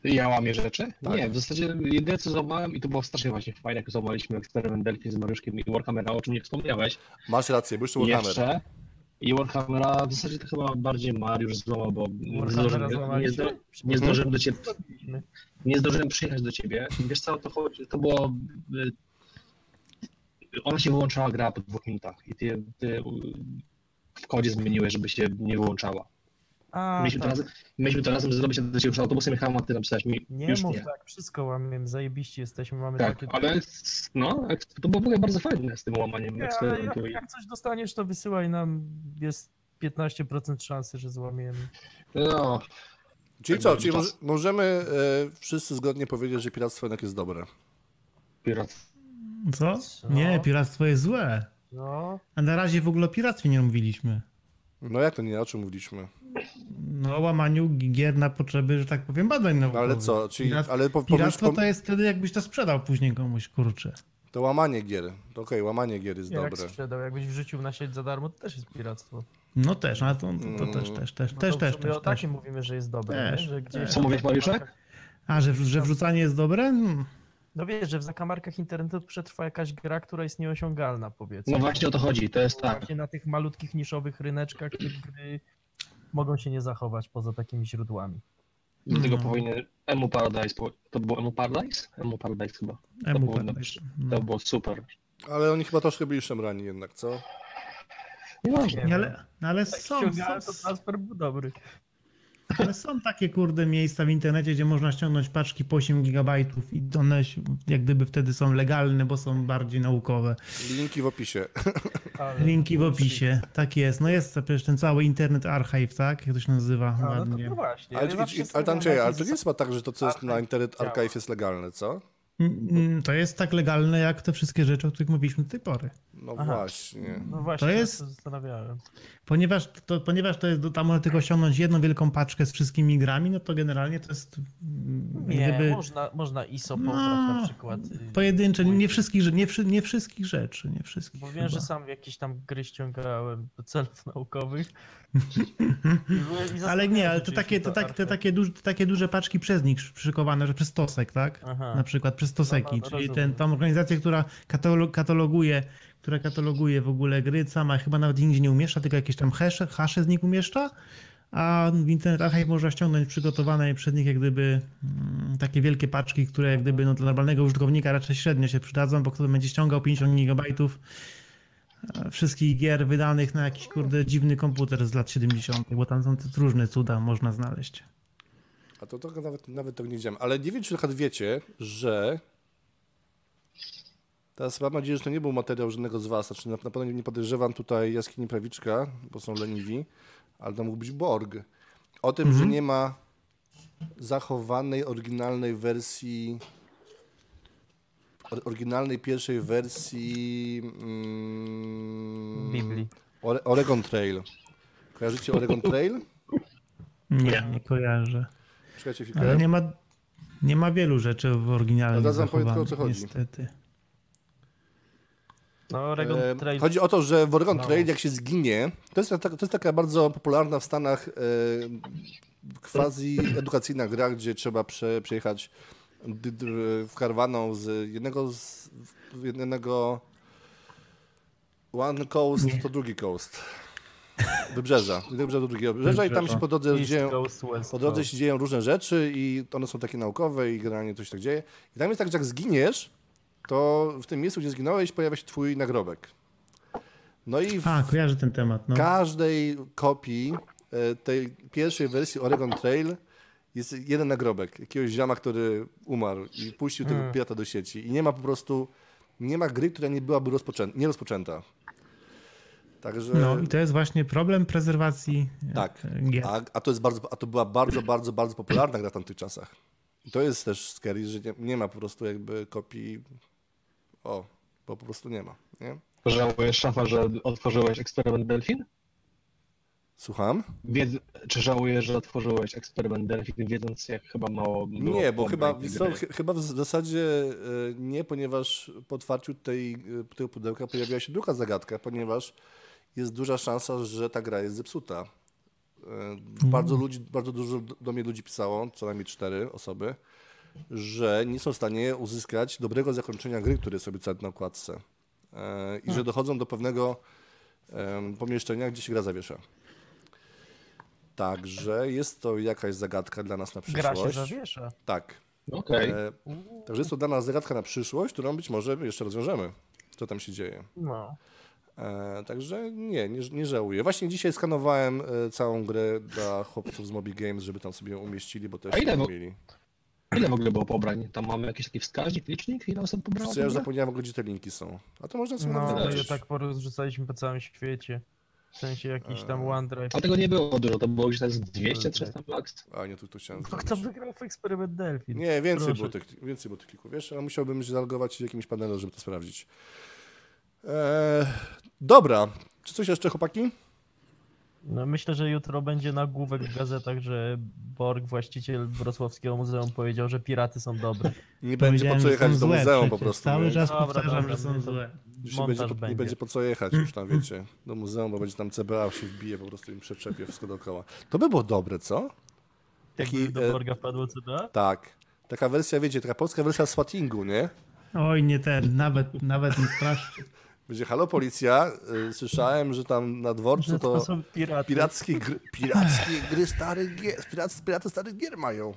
Ja łamię rzeczy?
Tak.
Nie, w zasadzie jedyne co złamałem i to było strasznie właśnie fajne, jak złamaliśmy eksperyment Delphi z Mariuszkiem i Warhammera, o czym nie wspomniałeś.
Masz rację, bo jeszcze Warhammer.
Jeszcze. I Warhammera w zasadzie to chyba bardziej Mariusz złamał, bo nie
Warhammera
zdążyłem, nie,
złamaliśmy?
zdo, nie zdążyłem do ciebie. Nie zdążyłem przyjechać do ciebie. Wiesz co, to chodzi, to było... y, Ona się wyłączała gra po dwóch minutach i ty, ty y, w kodzie zmieniłeś, żeby się nie wyłączała.
A,
Mieliśmy to,
tak.
razem, mieliśmy to razem zrobić, a do ciebie już autobusem jechałem, a ty napisałeś mi,
Nie
już
mów
nie.
tak, wszystko łamiemy, zajebiści jesteśmy, mamy
Tak,
takie...
ale s- no, eks- to było w ogóle bardzo fajne z tym łamaniem
Nie, ale jak,
eksperymentu. i-
jak coś dostaniesz, to wysyłaj nam, jest 15% szansy, że złamiemy.
No,
Czyli
Tak
co,
byłem
czyli
czas.
może, możemy e, wszyscy zgodnie powiedzieć, że piractwo jednak jest dobre.
pirat.
Co?
Co?
Nie, piractwo jest złe.
No,
A na razie w ogóle o piractwie nie mówiliśmy.
No jak to nie, o czym mówiliśmy?
No, o łamaniu gier na potrzeby, że tak powiem, badań
No
naukowych.
ale co, czyli,
Pirac-
ale po, po,
Piractwo
po,
to jest wtedy, jakbyś to sprzedał później komuś, kurczę.
to łamanie gier. To Okej, łamanie gier jest
jak
dobre.
sprzedał, jakbyś wrzucił na sieć za darmo, to też jest piractwo.
No też, ale to, to,
Mm.
to też, też, też,
No
też,
to
też,
w sumie
też,
o
też.
takim mówimy, że jest dobre,
Też,
nie? że gdzieś...
też.
Co mówisz, Mariuszek?
A, że, że wrzucanie jest dobre? Mm.
No wiesz, że w zakamarkach internetu przetrwa jakaś gra, która jest nieosiągalna, powiedzmy.
No właśnie o to chodzi, to jest tak.
Właśnie na tych malutkich, niszowych ryneczkach te gry mogą się nie zachować poza takimi źródłami.
Dlatego
No.
powinien Emu Paradise, po- to było Emu Paradise? Emu Paradise chyba.
Emu
było
padać.
dobrze.
No.
To było super.
Ale oni chyba troszkę byli szemrani jednak, co?
Nieważne.
Nie, Ale, no, ale, są,
Tak Ściągałem,
są,
to transfer był dobry.
ale są takie kurde miejsca w internecie, gdzie można ściągnąć paczki po 8 GB i one się- jak gdyby wtedy są legalne, bo są bardziej naukowe.
Linki w opisie.
Ale-
Linki w opisie, tak jest. No jest to przecież ten cały Internet Archive, tak? Jak to się nazywa?
A, no, to,
Ładnie.
no właśnie.
Ale,
ja
i-
zawsze
i- ale
sobie
tam
mam
czekaj,
jakieś
ale to nie jest chyba tak, że to co jest na
Archive
Internet
działa.
Archive jest legalne, co?
Mm, mm, To jest tak legalne jak te wszystkie rzeczy, o których mówiliśmy do tej pory.
No
Aha.
właśnie.
No właśnie,
To
to
jest-
jest... zastanawiałem.
Ponieważ to, ponieważ to jest, tam można tylko osiągnąć jedną wielką paczkę z wszystkimi grami, no to generalnie to jest mm,
Nie,
gdyby
można, można ISO
No,
pobrać na przykład. y,
pojedyncze, nie
Ujdzie.
wszystkich, rze- nie, wszy- nie wszystkich rzeczy, nie wszystkich.
Bo wiem, że
chyba.
sam jakieś tam gry ściągałem do celów naukowych. I byłem- i
Mhm. Ale
zastanawiałem
nie,
się,
ale
czy
to
jeśli
takie, to tak, te
arche-
takie, duże, takie duże paczki przez nich przyszykowane, że przez tosek, tak?
Aha.
Na przykład przez
No,
toseki,
no,
czyli ten,
rozumiem.
tą organizację, która katalo- kataloguje, która kataloguje w ogóle gry, sama chyba nawet nigdzie nie umieszcza, tylko jakieś tam hasze, hasze z nich umieszcza, a w Internet Archive można ściągnąć przygotowane przez nich jak gdyby mm, takie wielkie paczki, które jak gdyby no, dla normalnego użytkownika raczej średnio się przydadzą, bo kto będzie ściągał 50 gigabajtów e, wszystkich gier wydanych na jakiś kurde dziwny komputer z lat 70., bo tam są te różne cuda można znaleźć.
A to trochę nawet, nawet tego nie widziałem. Ale nie wiem, czy trochę wiecie, że. Teraz mam nadzieję, że to nie był materiał żadnego z was. Znaczy, na, na pewno nie podejrzewam tutaj jaskini prawiczka, bo są leniwi, ale to mógł być Borg. O tym,
Mhm.
że nie ma zachowanej oryginalnej wersji. or- Oryginalnej pierwszej wersji. Mm,
Biblii.
Ore- Oregon Trail. Kojarzycie Oregon Trail?
Nie, nie kojarzę.
Czekajcie chwilkę.
Ale nie ma, nie ma wielu rzeczy w oryginalnym
Zaraz wam powiem,
zachowanych,
tylko o co chodzi.
niestety.
No, Oregon
E,
Trail.
Chodzi o to, że w Oregon
No.
Trail jak się zginie, to jest, taka- to jest taka bardzo popularna w Stanach e, quasi edukacyjna gra, gdzie trzeba prze, przejechać d, d, w karwaną z jednego z w- jednego one coast to drugi coast. Wybrzeża. Jednego brzeża do drugiego brzeża i tam się po drodze
East
dzieją,
Coast, West
po
no.
drodze
Coast.
się dzieją różne rzeczy i one są takie naukowe i generalnie coś tak dzieje. I tam jest tak, że jak zginiesz, to w tym miejscu, gdzie zginąłeś, pojawia się twój nagrobek. No i w
A, kojarzę ten temat. Tak, No.
każdej kopii e, tej pierwszej wersji Oregon Trail jest jeden nagrobek jakiegoś zioma, który umarł i puścił tego
Mm.
pirata do sieci. I nie ma po prostu, nie ma gry, która nie byłaby rozpoczęta, nie rozpoczęta. Także...
no i to jest właśnie problem prezerwacji
Tak.
e, gier.
A, a, to jest bardzo, a to była bardzo, bardzo, bardzo popularna gra w tamtych czasach. I to jest też scary, że nie, nie ma po prostu jakby kopii. O, bo po prostu nie ma. Nie?
Żałujesz szafa, że otworzyłeś eksperyment Delfin?
Słucham?
Wiedz... Czy żałujesz, że otworzyłeś eksperyment Delfin, wiedząc jak chyba mało było
Nie, bo
pobrań
chyba,
tej
wiesz co,
gry?
chy- chyba w zasadzie e, nie, ponieważ po otwarciu tej, e, tego pudełka pojawiła się druga zagadka, ponieważ jest duża szansa, że ta gra jest zepsuta. E, Bardzo,
Mm.
ludzi, bardzo dużo d- do mnie ludzi pisało, co najmniej cztery osoby, że nie są w stanie uzyskać dobrego zakończenia gry, które sobie cel na okładce. E, I
Hmm.
że dochodzą do pewnego em, pomieszczenia, gdzie się gra zawiesza. Także jest to jakaś zagadka dla nas na
Gra
przyszłość.
się zawiesza.
Tak.
No Okej.
E, Także jest to dla nas zagadka na przyszłość, którą być może jeszcze rozwiążemy, co tam się dzieje.
No.
E, także nie, nie, nie żałuję. Właśnie dzisiaj skanowałem e, całą grę dla chłopców z Mobi Games, żeby tam sobie ją umieścili, bo też
A ile
nie
w-
mieli.
Ile w ogóle było pobrań? Tam mamy jakiś taki wskaźnik, licznik? Ile osób
Wiesz
pobrało?
Co, ja już
pobrań?
zapomniałem, w ogóle gdzie te linki są. A to można sobie
No,
nawet
no
zobaczysz.
je
zobaczyć.
tak porozrzucaliśmy po całym świecie. W sensie jakiś tam OneDrive.
A tego nie było dużo, to było gdzieś tam z 200-300 max.
A nie, tu, tu chciałem
No, To kto
zobaczyć.
wygrał w eksperyment Delphin?
Nie, więcej
Proszę.
było, tych, więcej było tych klików. Wiesz, ale musiałbym się zalogować w jakimś panelu, żeby to sprawdzić. E, dobra. Czy coś jeszcze, chłopaki?
No, myślę, że jutro będzie nagłówek w gazetach, że Borg, właściciel Wrocławskiego Muzeum, powiedział, że piraty są dobre.
Nie będzie po
Powiedziałem,
co
że
jechać
są
do
złe
muzeum po
przecież.
prostu.
Cały
nie?
czas
Dobra,
powtarzam,
dobra,
że są
nie,
złe.
Już nie
Montaż
będzie, po, nie
będzie.
będzie po co jechać już tam, wiecie, do muzeum, bo będzie tam CBA się wbije, po prostu im przeczepie wszystko dookoła. To by było dobre, co?
Tak
Taki,
Jakby do
e,
Borga wpadło CBA?
tak. Taka wersja, wiecie, taka polska wersja swattingu, nie?
Oj, nie ten, nawet, nawet nie strasz.
Będzie, halo policja, y, słyszałem, że tam na
Że
dworcu
to
to
są piraty.
pirackie gry, pirackie gry starych gier, pirac, piraty starych gier mają.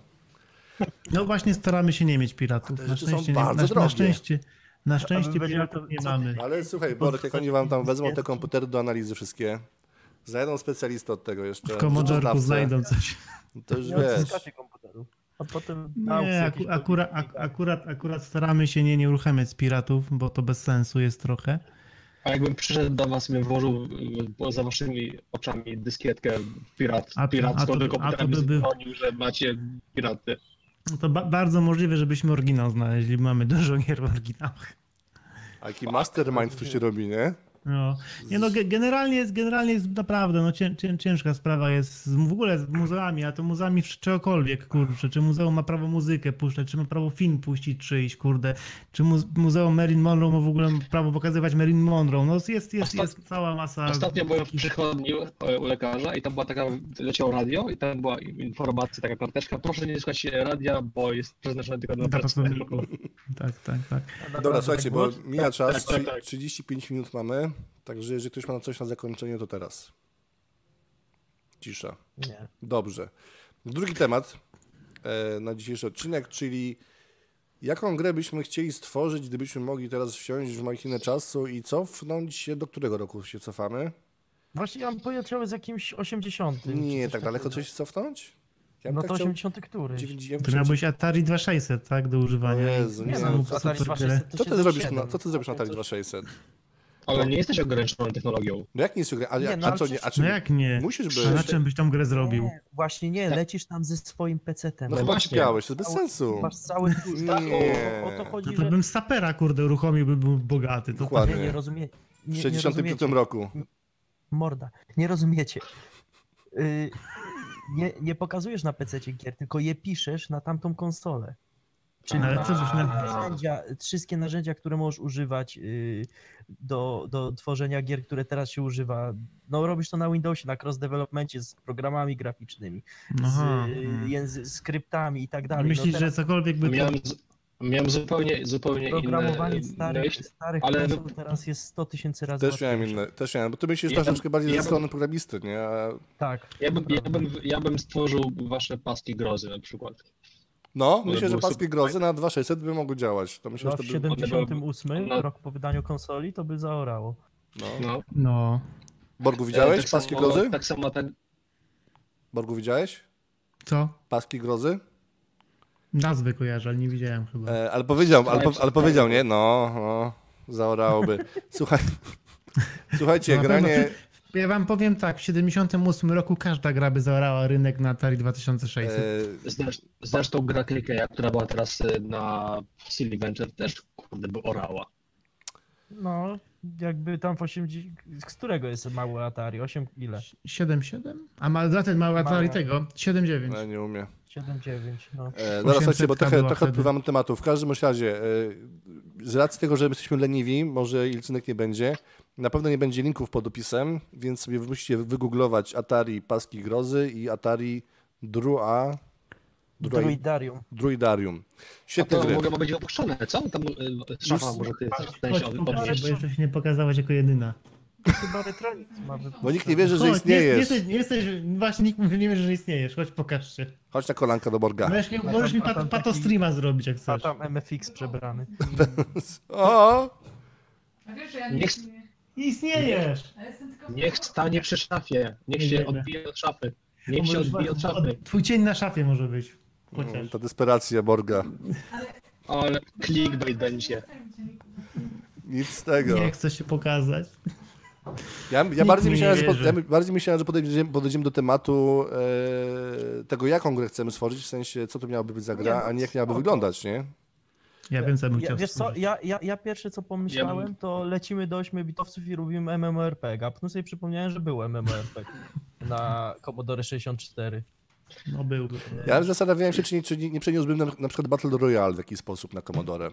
No właśnie staramy się nie mieć piratów.
te
Na
rzeczy są
szczęście, nie, na,
bardzo
na
drogie.
szczęście, na szczęście
będzie
piratów
to-
nie
co-
mamy.
Ale słuchaj, Borek, jak oni wam tam wezmą te komputery do analizy wszystkie, znajdą specjalistę od tego jeszcze.
W Commodore'ku
rzeczoznawcę,
znajdą coś.
To już
Nie
wiesz.
odzyskacie komputerów. A potem
Nie,
aukcje
aku,
jakieś
akurat, ak,
podnieśli.
akurat, akurat staramy się nie, nie uruchamiać piratów, bo to bez sensu jest trochę.
A jakbym przyszedł do was i bym włożył y, za waszymi oczami dyskietkę pirat,
A to-
piracką,
a to-
tylko
a to
potem
by
by
był-
że macie piraty.
No to ba- bardzo możliwe, żebyśmy oryginał znaleźli. bo Mamy dużo gier w oryginałach.
A Jaki mastermind tu się robi, nie?
No. Nie no, ge- generalnie jest, generalnie jest naprawdę, no cię, cię, ciężka sprawa jest z, w ogóle z muzeami, a to muzeami w czegokolwiek, kurczę, czy muzeum ma prawo muzykę puszczać, czy ma prawo film puścić czyjś, kurde, czy mu, muzeum Marilyn Monroe ma w ogóle prawo pokazywać Marilyn Monroe, no jest, jest, jest,
Ostat-
jest cała masa...
Ostatnio byłem w
takich-
przychodni e, u lekarza i tam była taka, leciało radio i tam była informacja, taka karteczka, proszę nie słuchać radia, bo jest przeznaczone tylko dla
dla
pracowników.
pracowników. Tak, tak, tak.
Dobra, słuchajcie, bo mija czas,
tak, tak.
35 minut mamy, także jeżeli ktoś ma coś na zakończenie, to teraz. Cisza.
Nie.
Dobrze. Drugi temat e, na dzisiejszy odcinek, czyli jaką grę byśmy chcieli stworzyć, gdybyśmy mogli teraz wsiąść w machinę czasu i cofnąć się, do którego roku się cofamy?
Właśnie ja mam pojęcie z jakimś 80.
Nie, tak daleko coś cofnąć? Ja bym
No
tak
to
chciał
80 któryś.
dziewięć-
No
ja bym
To
chciał-
miałbyś Atari 2600, tak, do używania.
O Jezu,
Nie,
nie,
no,
co-
Atari
co-
2600 to
Co ty zrobisz
77.
na, co ty zrobisz na
No
Atari 2600?
Ale nie jesteś ograniczony technologią.
No jak nie jest gra? A,
Nie, no,
a
ale
co nie? A
No
czy,
jak nie?
musisz
A na
być.
czym byś tą grę zrobił? No
Nie, właśnie nie, lecisz tam ze swoim PC-tem.
Tak.
No
No chyba
właśnie.
śpiałeś, to jest bez sensu.
Masz cały tłuszcz, tak?
Nie.
O, o to chodzi,
No
że...
to bym sapera, kurde, uruchomił, by był bogaty. To
Dokładnie.
Nie, nie rozumie...
W
nie, nie
65
rozumiecie.
roku.
Morda. Nie rozumiecie. Y, nie, nie pokazujesz na PC gier, tylko je piszesz na tamtą konsolę. Czyli
Ale
masz
co byś na-
narzędzia, wszystkie narzędzia, które możesz używać y, do, do tworzenia gier, które teraz się używa. No robisz to na Windowsie, na cross-developmencie z programami graficznymi,
Aha. mhm.
z, y, języ- skryptami i tak dalej.
Myślisz,
no,
że
teraz
cokolwiek by... To...
Miałem, z- miałem zupełnie, zupełnie
programowanie
inne
starych,
myśl.
starych
ale-
konsol teraz jest 100 tysięcy razy
Też miałem
łatwiejsze.
inne, też miałem, bo ty myślisz
Ja bym-
troszeczkę bardziej
ja
ze
bym-
strony programisty, nie? A,
Tak.
Ja bym, ja, bym, ja bym stworzył wasze paski grozy na przykład.
no,
No,
myślę, że
było
paskie
super.
grozy na 2600 by mogły działać. To myślę,
No,
że
w
to by...
by-
78
no.
rok po wydaniu konsoli to by zaorało.
No.
No.
No.
Borgu widziałeś
E, tak
paski
samo-
grozy?
Tak samo tak.
Borgu widziałeś?
Co?
Paski grozy?
Nazwy kojarzę, ale nie widziałem chyba.
E, ale powiedział, ale, po,
Lepsze.
ale powiedział, nie? No, no zaorałoby. Słuchaj, słuchajcie,
No na pewno
granie...
Ja wam powiem tak, w 78 roku każda gra by zaorała rynek na Atari 2600.
E,
Znasz, znasz tą grę Klikeja, która była teraz e, na Silly Venture, też kurde by orała.
No, jakby tam w 80. Z którego jest mały Atari? 8 ile?
77? A ma, za ten mały Atari
Mały.
tego? 79.
No, nie umiem.
7,9. No.
E, Zaraz słuchajcie, bo
800
trochę,
była
trochę
wtedy.
odpływamy od tematu. W każdym bądź razie, e, z racji tego, że jesteśmy leniwi, może Ilcynek nie będzie, na pewno nie będzie linków pod opisem, więc sobie musicie wygooglować Atari Paski Grozy i Atari Drua, Drui,
Druidarium.
Druidarium.
A
Świetne
to
gry.
mogę być opuszczone, co? Tam e, szafa
Już-
może ty
Chodź,
się
pokażę,
odnieść.
bo jeszcze się nie pokazałaś jako jedyna.
Chyba Retronic ma wypuszczone.
Bo nikt nie wierzy, że
Chodź, Nie,
istniejesz.
jesteś, nie jesteś, właśnie nikt mówi, nie wie, że istniejesz. Chodź, pokaż się.
Chodź na kolanka do Borga.
Możesz mi, możesz mi pat, patostreama zrobić, jak
A
chcesz.
tam MFX przebrany.
O!
A wiesz, że ja
Niech-
nie istnieję.
Istniejesz!
Ale jestem tylko...
Niech stanie przy szafie, niech
Nie
się
wierzę.
odbije od szafy. Niech się
Możesz
odbije od
właśnie-
szafy.
od- Twój cień na szafie może być. Chociaż.
Mm, Ta desperacja Borga.
Ale clickbait będzie.
Nic z tego.
Nie chcę się pokazać.
Ja, ja
Nikt
bardziej,
mi
myślałem,
nie
że pod, ja
wierzy.
bardziej myślałem, że podejdziemy, podejdziemy do tematu e, tego, jaką grę chcemy stworzyć, w sensie co to miałaby być za gra,
Nie, no,
a nie jak miałaby
spoko.
wyglądać, nie?
Ja wiem, co ja bym
Ja,
chciał
wiesz co,
stworzyć.
ja, ja, ja pierwsze co pomyślałem, to lecimy do 8 bitowców i robimy MMORPG, a potem sobie przypomniałem, że był MMORPG na Commodore 64.
No byłby.
Ja zastanawiałem się, czy nie, czy nie nie przeniósłbym na, na przykład Battle Royale w jakiś sposób na Commodore.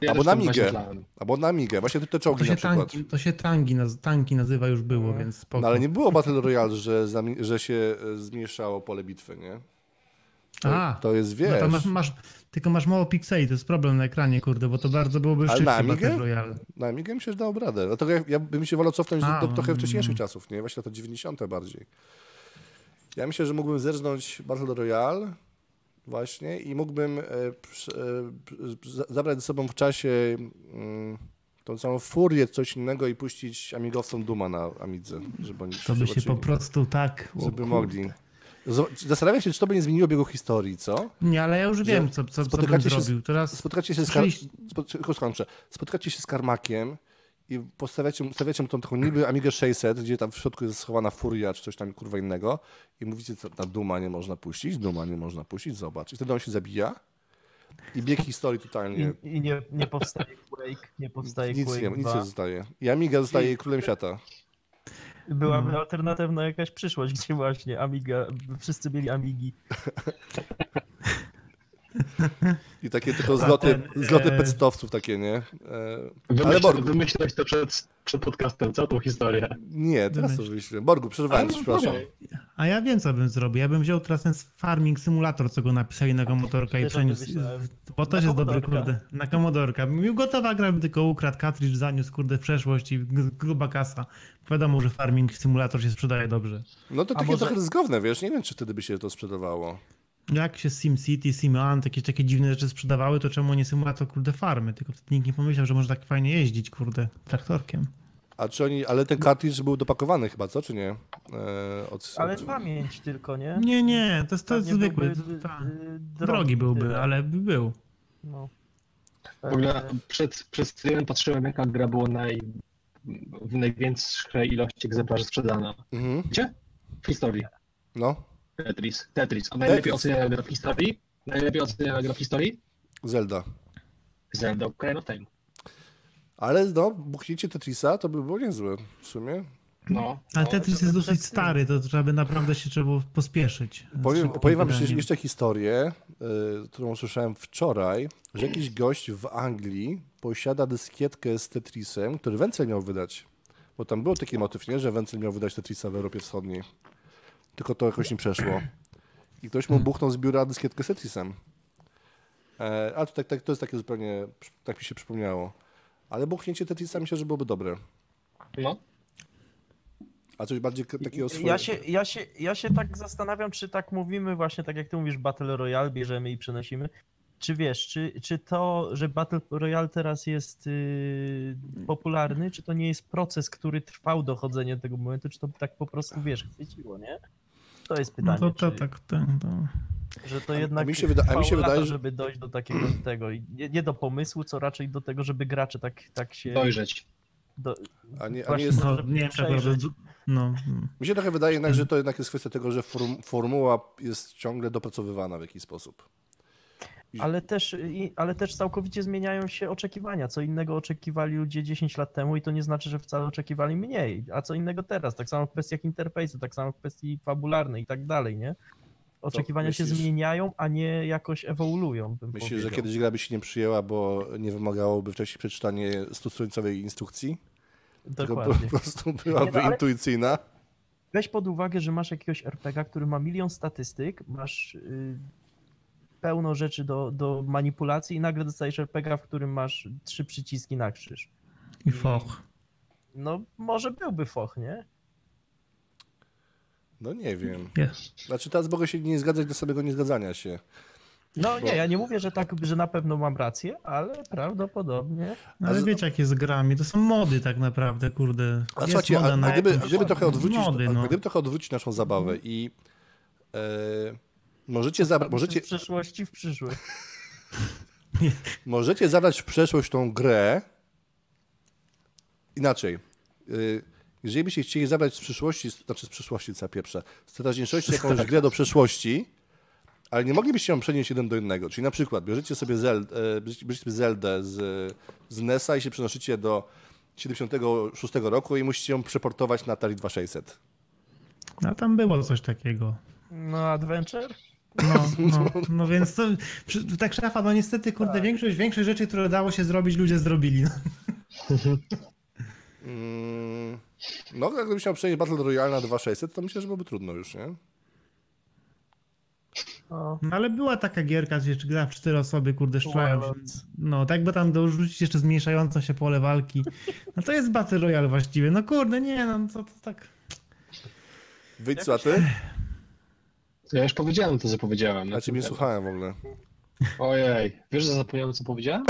Ja
Albo
też
na
tak właśnie
Amigę.
myślałem.
Albo na Amigę, właśnie te, te
To
czołgi na
się,
przykład.
tanki, to się tangi, naz- tanki nazywa już było, więc spoko.
No ale nie było Battle Royale, że, zami- że się e, zmniejszało pole bitwy, nie?
A,
To jest,
no
wiesz,
to masz, masz, tylko masz mało pikseli, to jest problem na ekranie, kurde, bo to bardzo byłoby
Ale
szybciej
na Amigę?
Battle Royale.
na Amigę mi się dało radę. Dlatego ja, ja bym się wolał cofnąć
A,
do, do trochę
mm.
wcześniejszych czasów, nie? Właśnie lata 90. bardziej. Ja myślę, że mógłbym zerznąć Battle Royale właśnie i mógłbym e, prz- e, p- za- zabrać ze sobą w czasie mm, tą całą furię, coś innego i puścić amigowcom Duma na Amidze, żeby oni
To by się po
zobaczyli,
prostu tak... o
żeby
kurde.
mogli. Zo- Zastanawiam się, czy to by nie zmieniło biegu historii, co?
Nie, ale ja już wiem,
Że
co, co, co bym
spotykacie się z-
zrobił. Teraz
Spotkacie się z, kar-
Przyjść-
spot- tylko skończę. Spotkacie się z Karmakiem i postawiacie, stawiacie mu tą taką niby Amigę 600, gdzie tam w środku jest schowana furia czy coś tam kurwa innego i mówicie, co ta duma nie można puścić, duma nie można puścić, zobacz. I wtedy on się zabija i bieg historii totalnie.
I, i nie, nie powstaje Quake, nie powstaje
Nic
Quake
nie, nic
2.
nie zostaje. I Amiga zostaje królem świata.
Byłaby
Mm.
alternatywna jakaś przyszłość, gdzie właśnie Amiga, wszyscy mieli Amigi.
I takie tylko
A
zloty,
ten,
zloty
e,
pecetowców takie, nie? E, Ale
Wymyśl,
Borgu.
wymyślałeś to przed, przed podcastem, całą tą historię.
Nie, teraz to
Wymyśl.
wyjście. Borgu, przerwałem,
Ale
ci, przepraszam.
okej.
A ja wiem, co bym zrobił. Ja bym wziął teraz ten farming simulator, co go napisali na komodorka i
Też o tym
przeniósł.
myślałem.
Bo to
Na
jest dobry,
komodorka.
kurde. Na komodorka. Mówił, Gotowa gra, bym tylko ukradł cartridge, zaniósł, kurde, w przeszłość i g- gruba kasa. Wiadomo, że farming simulator się sprzedaje dobrze.
No to
A
takie
może-
trochę ryzykowne, wiesz, nie wiem, czy wtedy by się to sprzedawało.
Jak się SimCity, SimAn, takie, takie dziwne rzeczy sprzedawały, to czemu nie symulator, kurde, farmy? Tylko wtedy nikt nie pomyślał, że można tak fajnie jeździć, kurde, traktorkiem.
A czy oni, ale ten kartridż był dopakowany chyba, co, czy nie? E, od,
Ale
od...
pamięć tylko, nie?
Nie, nie, to jest, to
Tam
jest
nie
zwykły.
byłby, y,
ta.
y,
Drogi byłby,
tyle.
ale by był.
No.
W ogóle przed, przed streamem patrzyłem, jaka gra była naj, w największej ilości egzemplarzy sprzedana.
Mhm.
Wiecie? W historii.
No,
Tetris. Tetris. A najlepiej oceniana gra w historii? Najlepiej oceniana gra w historii?
Zelda.
Zelda Ocarina of Time.
Ale no, buchnięcie Tetrisa to by było niezłe w sumie.
No.
Ale
no,
Tetris
żeby
jest dosyć
przed tym.
stary, to trzeba by naprawdę się trzeba było pospieszyć. z
Powiem,
szybkim
powiem wam jeszcze,
wydaniem.
jeszcze historię, y, którą słyszałem wczoraj, że jakiś gość w Anglii posiada dyskietkę z Tetrisem, który Wencel miał wydać. Bo tam był taki motyw, nie? że Wencel miał wydać Tetrisa w Europie Wschodniej. Tylko to jakoś nie przeszło. I ktoś mu buchnął z biura dyskietkę z Tetrisem. E, a to, tak, tak, to jest takie zupełnie, tak mi się przypomniało. Ale buchnięcie Tetrisa myślę, że byłoby dobre.
No.
A coś bardziej k- takiego swoje...
Y, Ja się, ja, się, ja się tak zastanawiam, czy tak mówimy właśnie, tak jak ty mówisz, Battle Royale bierzemy i przenosimy. Czy wiesz, czy, czy to, że Battle Royale teraz jest yy, popularny, czy to nie jest proces, który trwał dochodzenie do tego momentu, czy to by tak po prostu, wiesz, chwyciło, nie? To jest pytanie,
No to, to
czy,
tak, tak, to.
że to
A- a
jednak
mi się wyda- a mi
trwało
się wydaje,
lata,
że-
żeby dojść do takiego tego, i nie, nie do pomysłu, co raczej do tego, żeby gracze tak, tak się...
Dojrzeć.
Do,
A nie, a nie
Właśnie
jest...
No,
żeby
nie wiem, tak
przejrzeć.
naprawdę. No. mm.
Mi się trochę wydaje jednak, że to jednak jest kwestia tego, że form, formuła jest ciągle dopracowywana w jakiś sposób. I-
Ale też, i- ale też całkowicie zmieniają się oczekiwania. Co innego oczekiwali ludzie 10 lat temu i to nie znaczy, że wcale oczekiwali mniej, a co innego teraz. Tak samo w kwestiach interfejsu, tak samo w kwestii fabularnej i tak dalej, nie? Oczekiwania się
myślisz-
zmieniają, a nie jakoś ewoluują. Bym
Myślisz, że
powiedział.
kiedyś gra by się nie przyjęła, bo nie wymagałoby wcześniej przeczytanie 100-stronicowej instrukcji? Tylko po
Dokładnie.
prostu byłaby
Nie, no ale-
intuicyjna.
Weź pod uwagę, że masz jakiegoś RPG, który ma milion statystyk, masz y, pełno rzeczy do, do manipulacji i nagle dostajesz RPG, w którym masz trzy przyciski na krzyż.
I foch.
No, może byłby foch, nie?
No nie wiem.
Jest.
Znaczy teraz mogę się nie zgadzać do samego niezgadzania się.
No
Bo-
nie, ja nie mówię, że tak, że na pewno mam rację, ale prawdopodobnie.
No,
A
Ale
z-
wiecie, jak jest z grami, to są mody tak naprawdę, kurde.
A
Jest
słuchajcie,
moda
a,
na
a, gdyby, a
jakąś-
gdyby trochę odwrócić,
mody,
a
no.
gdyby trochę odwrócić naszą zabawę i e, możecie, zabra- możecie,
W przyszłości, w przyszłe.
Możecie zabrać w przeszłość tą grę. Inaczej. Y, Jeżeli byście chcieli zabrać z przyszłości, z- znaczy z przyszłości, co ja pieprzę, z teraźniejszości jakąś grę do przeszłości, ale nie moglibyście ją przenieść jeden do jednego. Czyli na przykład bierzecie sobie, Zel, e, bierzecie- bierzecie sobie Zeldę z, z NES-a i się przenosicie do 76 roku i musicie ją przeportować na Atari 2600.
A No, tam było coś takiego.
No, Adventure?
No, no, no więc to, przy- tak szafa, no niestety, kurde,
Tak.
większość, większość rzeczy, które dało się zrobić, ludzie zrobili. No.
Mm, no, jakbyś miał przenieść Battle Royale na 2600, to myślę, że byłoby trudno już, nie?
O,
No ale była taka gierka, gdzie jeszcze gra w cztery osoby, kurde, szczelają się.
Wilds.
No, tak by tam dorzucić jeszcze zmniejszające się pole walki. No to jest Battle Royale właściwie. No kurde, nie, no to, to tak...
Wyjdź, co a ty?
Ja już powiedziałem to, co powiedziałem.
Ja ciebie nie słuchałem w ogóle.
Ojej, wiesz, że zapomniałem, co powiedziałem?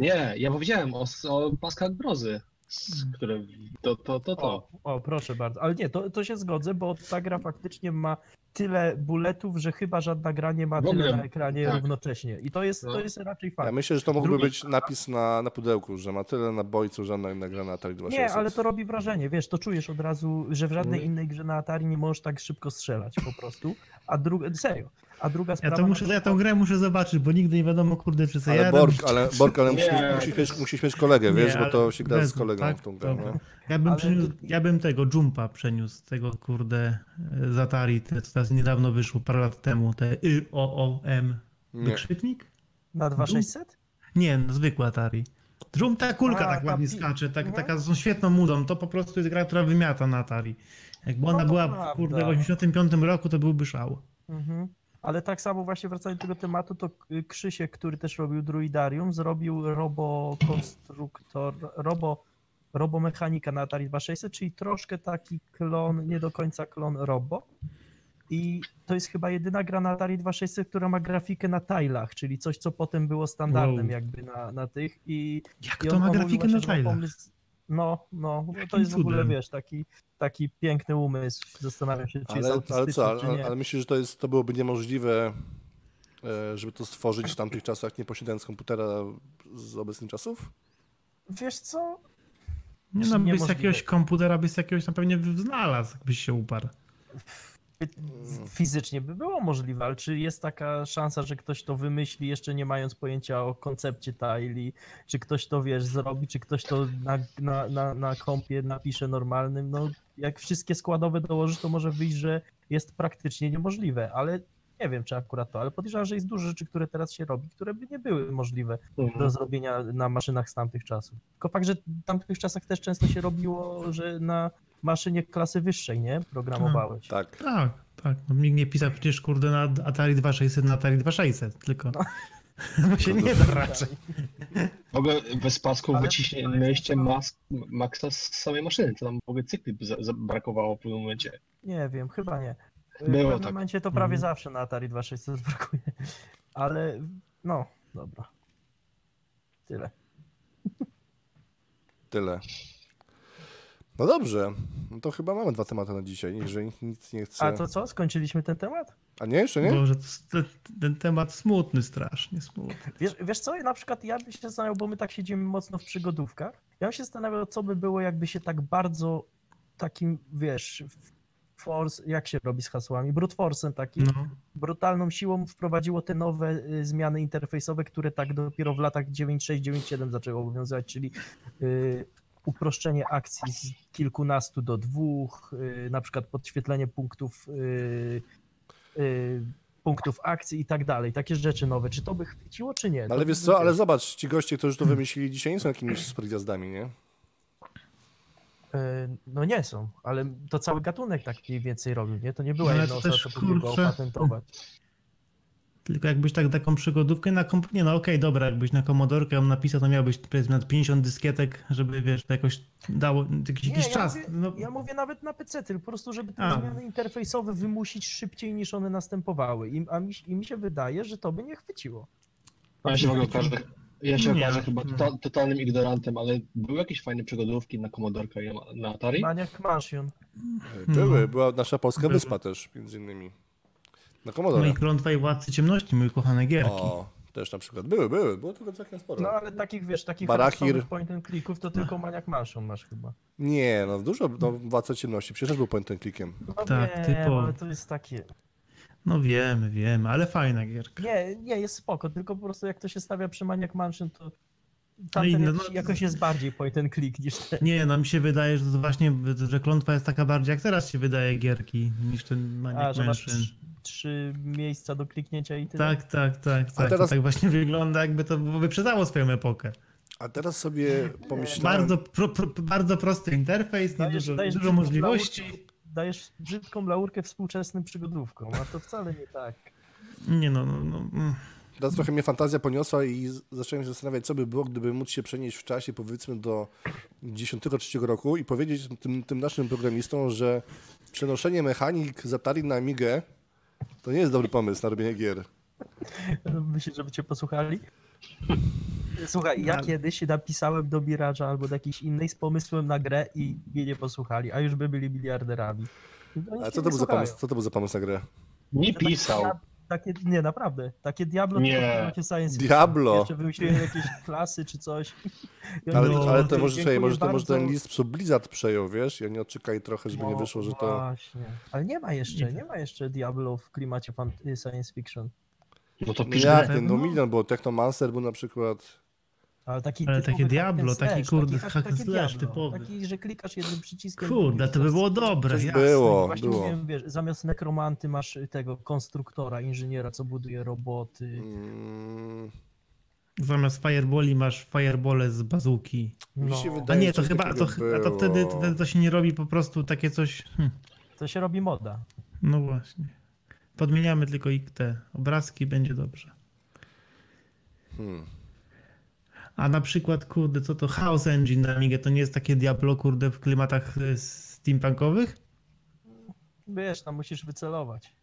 Nie, ja powiedziałem o, o paskach grozy, z- które... To, to, to, to.
o, o, proszę bardzo. Ale nie, to, to się zgodzę, bo ta gra faktycznie ma tyle buletów, że chyba żadna gra nie ma
W ogóle,
tyle na ekranie
tak.
równocześnie. I to jest,
No.
to jest raczej
Ja
fakt.
myślę, że to mógłby
Drugi-
być napis na, na pudełku, że ma tyle nabojców, że na, na gra na tak Atari
Nie,
2600.
ale to robi wrażenie, wiesz, to czujesz od razu, że w żadnej
Mm.
innej grze na Atari nie możesz tak szybko strzelać po prostu. A druga, serio, a druga
Ja,
sprawa...
to
na
muszę, ja tą
przykład-
grę muszę zobaczyć, bo nigdy nie wiadomo, kurde, czy sobie
Ale
jadę,
Borg,
czy-
ale, Borg, ale musisz,
Nie.
musisz, mieć, musisz mieć kolegę, wiesz,
Nie,
bo to
ale
się gra z
wezmę,
kolegą
tak?
w tą grę.
Dobra.
No.
Ja bym,
Ale-
przeniósł, ja bym tego Jumpa przeniósł, tego kurde e, z Atari, te, co teraz niedawno wyszło, parę lat temu, te Y, YOOM.
Nie.
Wykrzyknik?
Na 2600?
Nie, no, zwykły Atari. Drum ta kulka
A,
tak
ta
ładnie
pi-
skacze, tak,
Mhm.
taka z tą świetną mudą. To po prostu jest gra, która wymiata na Atari. Jakby
No
ona
to
była
prawda.
kurde, w 85 roku, to byłby szał.
Mhm. Ale tak samo właśnie wracając do tego tematu, to K- Krzysiek, który też robił Druidarium, zrobił robokonstruktor, robo, robomechanika na Atari 2600, czyli troszkę taki klon, nie do końca klon robo. I to jest chyba jedyna gra na Atari 2600, która ma grafikę na tilach, czyli coś, co potem było standardem
Wow.
jakby na, na tych. I
Jak
i
to
on-
ma
on mówił
grafikę
właśnie,
na
że ma
Tile?
pomysł- No, no, bo to
Jakim
jest w ogóle,
cudem?
wiesz, taki, taki piękny umysł. Zastanawiam się, czy jest
Ale, ale
autystyczny,
co, ale,
czy nie.
ale myślisz, że to, jest, to byłoby niemożliwe, e, żeby to stworzyć w tamtych czasach, nie posiadając komputera z obecnych czasów?
Wiesz co?
Nie no, byś z
niemożliwe.
jakiegoś komputera, byś z jakiegoś tam pewnie znalazł, jakbyś się uparł.
Mm.
Fizycznie by było możliwe, ale czy jest taka szansa, że ktoś to wymyśli, jeszcze nie mając pojęcia o koncepcie tajli? Czy ktoś to wiesz, zrobi? Czy ktoś to na, na, na, na kompie napisze normalnym? No, jak wszystkie składowe dołożysz, to może wyjść, że jest praktycznie niemożliwe, ale nie wiem, czy akurat to, ale podejrzewam, że jest dużo rzeczy, które teraz się robi, które by nie były możliwe
Mm.
do zrobienia na maszynach z tamtych czasów. Tylko fakt, że w tamtych czasach też często się robiło, że na maszynie klasy wyższej, nie? Programowałeś.
Tak.
Tak, tak. No, nikt nie pisał przecież kurde na Atari 2600 na Atari 2600, tylko...
No.
Bo się nie da raczej.
W ogóle Wespasku
Ale-
wyciśnie
ale-
myślcie mas, Maxa z samej maszyny, to tam w ogóle cykli za, za brakowało w pewnym momencie.
Nie wiem, chyba nie. Y, W
Było
pewnym
tak.
momencie to prawie
Mhm.
zawsze na Atari 2600 brakuje. Ale no, dobra. Tyle.
Tyle. No dobrze, no to chyba mamy dwa tematy na dzisiaj, jeżeli nikt nic nie chce.
A to co? Skończyliśmy ten temat?
A nie, jeszcze nie?
Boże, to, jest- ten, ten temat smutny, strasznie smutny.
Wiesz, wiesz co, na przykład ja bym się zastanawiał, bo my tak siedzimy mocno w przygodówkach. Ja bym się zastanawiał, co by było, jakby się tak bardzo takim, wiesz, w- force, jak się robi z hasłami, brute force'em takim,
No.
brutalną siłą wprowadziło te nowe y, zmiany interfejsowe, które tak dopiero w latach 96-97 zaczęły obowiązywać, czyli y, uproszczenie akcji z kilkunastu do dwóch, y, na przykład podświetlenie punktów y, y, punktów akcji i tak dalej, takie rzeczy nowe. Czy to by chwyciło, czy
E,
nie?
No
To
ale wiesz
by-
co, ale zobacz, ci goście, którzy to wymyślili dzisiaj, nie są jakimiś supergwiazdami, nie? E,
Y, No nie są, ale to cały gatunek tak mniej więcej robił, nie? To nie była
No Ale
jedna
to
osoba,
też,
co próbowała
kurczę.
opatentować.
Tylko jakbyś tak taką przygodówkę na komp... Nie no okej, dobra, jakbyś na komodorkę ją napisał, to miałbyś powiedzmy nad 50 dyskietek, żeby wiesz, to jakoś dało jakiś,
Nie,
jakiś
ja
czas.
mówię-
no,
Ja mówię nawet na PC, tylko po prostu, żeby te
A.
zmiany interfejsowe wymusić szybciej niż one następowały. I, a mi, się- I mi się wydaje, że to by nie chwyciło.
Ja się w ogóle okażę, ja się
Nie.
okażę chyba
Hmm.
to, totalnym ignorantem, ale były jakieś fajne przygodówki na Commodore i na Atari?
Maniac Mansion.
Były,
No.
była nasza polska
Były.
wyspa też, między innymi. Na
no
Commodore.
i klątwa i władcy ciemności, mój kochany gierki.
O, też na przykład. Były, były, było tylko całkiem sporo.
No ale takich, wiesz, takich
Barakir.
losowych point and clicków to tylko Maniac Mansion masz chyba.
Nie, no dużo, no Władca Ciemności, przecież był point and clickiem.
No
Tak,
wiem,
typowo.
ale to jest takie...
No wiemy, wiemy, ale fajna gierka.
Nie, nie, jest spoko, tylko po prostu jak to się stawia przy Maniac Mansion, to
i
tamten
no-
jakiś, jakoś jest bardziej point and click niż ten.
Nie, no mi się wydaje, że to właśnie, że klątwa jest taka bardziej, jak teraz się wydaje gierki, niż ten
A,
Maniac
że masz
Mansion.
trzy, trzy miejsca do kliknięcia i tyle.
Tak, tak, tak, tak.
teraz-
To tak właśnie wygląda, jakby to wyprzedzało swoją epokę.
A teraz sobie pomyślałem,
Bardzo, pro, pro, bardzo prosty interfejs, nie
Dajesz-
dużo,
dajesz
dużo
brzydką
możliwości.
dajesz brzydką laurkę współczesnym przygodówkom, a to wcale nie tak.
Nie no, no, no. mm.
teraz trochę mnie fantazja poniosła i z- zacząłem się zastanawiać, co by było, gdyby móc się przenieść w czasie, powiedzmy do 93 roku i powiedzieć tym, tym naszym programistom, że przenoszenie mechanik z Atari na Amigę to nie jest dobry pomysł na robienie gier.
Myślę, żeby cię posłuchali. Słuchaj, ja
No.
kiedyś napisałem do Mirage'a albo do jakiejś innej z pomysłem na grę i mnie nie posłuchali, a już by byli miliarderami. Oni
A co
się
to
nie
był za
słuchają.
pomysł, co to był za pomysł na grę?
Nie
takie
pisał.
diab- Takie, nie, naprawdę. Takie Diablo
Nie.
nie. to w science fiction.
Diablo.
Jeszcze wymyśliłem jakieś klasy czy coś. I
Ale,
oni mówią,
ale to
dziękuję
może, czekaj, może, to, może
bardzo.
ten list psu Blizzard przejął, wiesz, i oni odczekali trochę, żeby nie
No,
wyszło, że to...
Właśnie. Ale nie ma jeszcze, nie ma jeszcze Diablo w klimacie fan- y, science fiction.
No to
No
pisz.
jak
na
ten, no
pewno.
milion, bo Technomancer był na przykład...
Ale, taki
Ale
typowy
takie
hack and
Diablo, taki
slash,
kurde
hack-
hack and
takie
slash
Diablo,
typowy.
Taki, że klikasz jednym przyciskiem.
Kurde, to by było dobre.
Coś
jasne.
było.
Właśnie mówiłem, wiesz, zamiast nekromanty masz tego konstruktora, inżyniera, co buduje roboty.
Mm,
Zamiast fireboli masz firebole z bazuki.
mi
No,
się
A
wydaje,
nie,
że
to
coś
chyba,
takiego
to, chyba- to wtedy
było.
to, to się nie robi po prostu takie coś. Hm,
to się robi moda.
no właśnie. Podmieniamy tylko i te obrazki, będzie dobrze.
Hmm.
A na przykład, kurde, co to House Engine na Amigę, to nie jest takie Diablo, kurde, w klimatach y, steampunkowych?
Wiesz, tam musisz wycelować.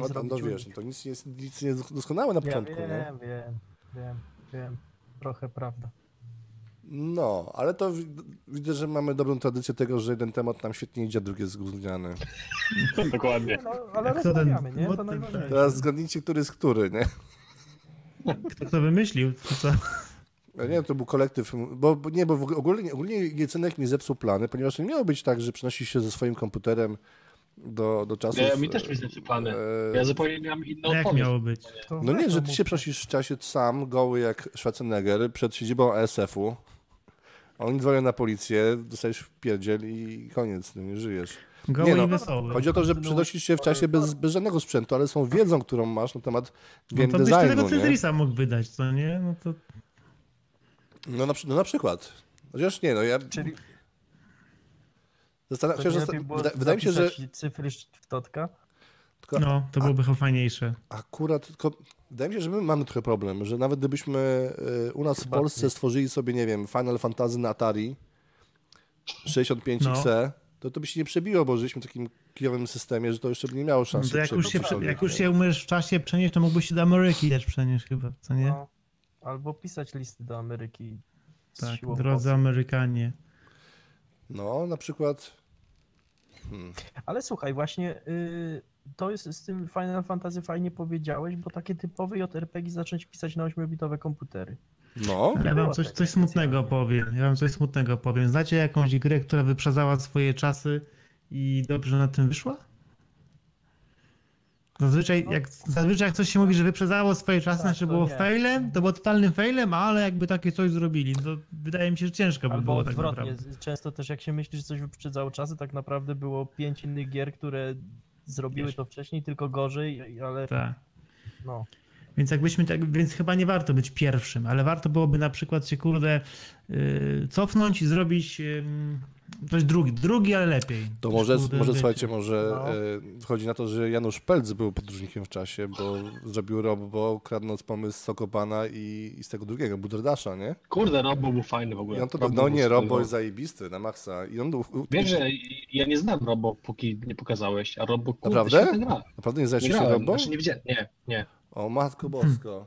No, tam, no
zrobić
wiesz,
unik.
to nic nie jest nic nie jest doskonałe na
Ja
początku, no. nie?
wiem, wiem, wiem, wiem. Trochę prawda.
No, ale to wi- widzę, że mamy dobrą tradycję tego, że jeden temat nam świetnie idzie, a drugi jest zgubniany.
Dokładnie.
No, ale
Kto ten-
rozmawiamy, nie?
what
To
the-
najważniejsze.
Teraz zgadnijcie, który jest który, nie?
Kto to wymyślił? To co?
Ja nie wiem, to był kolektyw, bo bo nie, bo w ogóle- ogólnie, ogólnie Jecenek mi zepsuł plany, ponieważ nie miało być tak, że przenosi się ze swoim komputerem do, do czasu. e,
Ja, mi też mi znaczy plany. Ja zupełnie miałem inną
No Jak
odpowiedź.
miało być?
To
No nie,
weź,
że
no
ty
mów.
się przenosisz w czasie sam, goły jak Schwarzenegger, przed siedzibą ASF-u. Oni dzwonią na policję, dostajesz w pierdziel i koniec, no nie żyjesz.
Goły
Nie no,
i wesoły.
Chodzi o to, że przenosisz się w czasie bez, bez żadnego sprzętu, ale są wiedzą, którą masz na temat
No
game
to byś
designu,
tego
nie?
Cedrisa mógł wydać, co nie? No to
No na, przy- no na przykład. Chociaż nie, no ja
Czyli
zastanawiam
to
się,
nie
że...
lepiej było
wyda- Wydaje mi się, że...
zapisać cyfry w totka?
Tylko-
No, to byłoby chyba fajniejsze.
Akurat, tylko wydaje mi się, że my mamy trochę problem, że nawet gdybyśmy e, u nas w
Chyba
Polsce stworzyli sobie, nie wiem, Final Fantasy na Atari 65XE, to to by się nie przebiło, bo żyliśmy w takim kijowym systemie, że to jeszcze by nie miało
No
szansy.
to jak już, się,
przebić sobie,
jak już
nie?
się umiesz w czasie przenieść, to mógłbyś się do Ameryki też przenieść chyba, co nie?
No, albo pisać listy do Ameryki z
Tak,
siłą
drodzy
mocy.
Amerykanie.
No, na przykład... Hmm.
Ale słuchaj, właśnie y, to jest z tym Final Fantasy fajnie powiedziałeś, bo takie typowe JRPG zacząć pisać na 8-bitowe komputery.
No,
Ale ja
było
wam coś,
tak,
coś
specjalnie.
smutnego powiem. Ja wam coś smutnego powiem. Znacie jakąś grę, która wyprzedzała swoje czasy i dobrze na tym wyszła? Zazwyczaj jak, zazwyczaj jak coś się mówi, że wyprzedzało swoje czasy,
No. Tak,
znaczy
to
było
nie.
failem, to było totalnym failem, ale jakby takie coś zrobili, No to wydaje mi się, że ciężko by
Albo
było tak
odwrotnie,
naprawdę.
często też jak się myśli, że coś wyprzedzało czasy, tak naprawdę było pięć innych gier, które zrobiły
Wiesz.
to wcześniej, tylko gorzej, ale
Tak.
no.
Więc jakbyśmy tak, więc chyba nie warto być pierwszym, ale warto byłoby na przykład się kurde yy, cofnąć i zrobić yy, coś drugi, drugi, ale lepiej.
to
Coś,
może,
kurde,
może
wiecie.
słuchajcie, może
No.
e, wchodzi na to, że Janusz Pelc był podróżnikiem w czasie, bo zrobił robo, kradnąc pomysł Sokopana i, i z tego drugiego, Buderdasza, nie?
Kurde, Robo był fajny w
I
ogóle.
on to,
Robo
no
był
nie, Robo
super.
jest zajebisty na maksa. I on był,
Wiesz, że ja nie znam Robo, póki nie pokazałeś, a Robo kurde,
Naprawdę?
świetnie gra.
Naprawdę nie
Nie
zajęliście się
grałem,
Robo?
znaczy nie widziałem, nie, nie.
O matko bosko.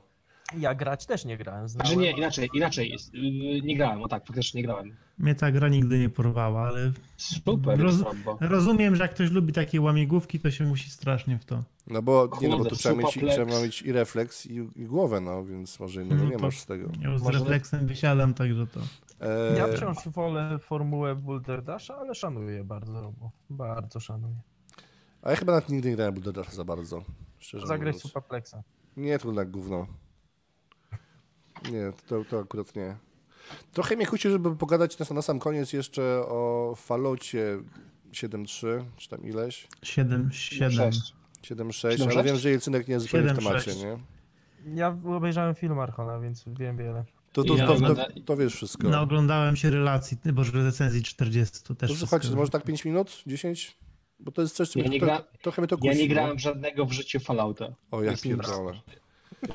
Ja grać też nie grałem.
Znaczy
Znałem,
nie, inaczej, inaczej, jest. Yy, nie grałem, o tak, faktycznie nie grałem.
Mnie ta gra nigdy nie porwała, ale
Super
Roz-
jest Robo.
rozumiem, że jak ktoś lubi takie łamigłówki, to się musi strasznie w to.
No bo, nie, no bo
Kurde,
tu trzeba mieć,
suplex.
trzeba mieć i refleks, i, i głowę, no, więc może innego
No
nie
Mhm.
to-
masz z tego.
Ja już z
Może-
refleksem wysiadam, także to.
E,
Ja wciąż wolę formułę Bulderdasza, ale szanuję bardzo Robo. Bardzo szanuję.
a ja chyba nawet nigdy nie grałem Buderdasza za bardzo. Szczerze
Zagraj
mówiąc.
Superplexa.
Nie, to tak gówno. Nie, to, to akurat nie. Trochę mnie kusi, żeby pogadać na, na sam koniec jeszcze o Falocie 7.3, czy tam ileś,
7, 7.
Cześć.
7.6, ale
7.6?
wiem, że Jelcynek nie jest zupełnie w
7.6.
temacie, nie?
Ja obejrzałem film Archona, więc wiem wiele.
To, to,
Ja
to, to, to,
ogląda-
wiesz wszystko.
No, oglądałem się relacji, ty- boże, recenzji 40 też.
To słuchajcie, to
wszystko.
może tak 5 minut, 10? Bo to jest coś, co
Ja
mnie
nie
to,
gra-
trochę mnie to kusi.
Ja nie
no.
grałem żadnego w życiu Fallouta.
O, jak
Jest nic.
pierdolę. tak-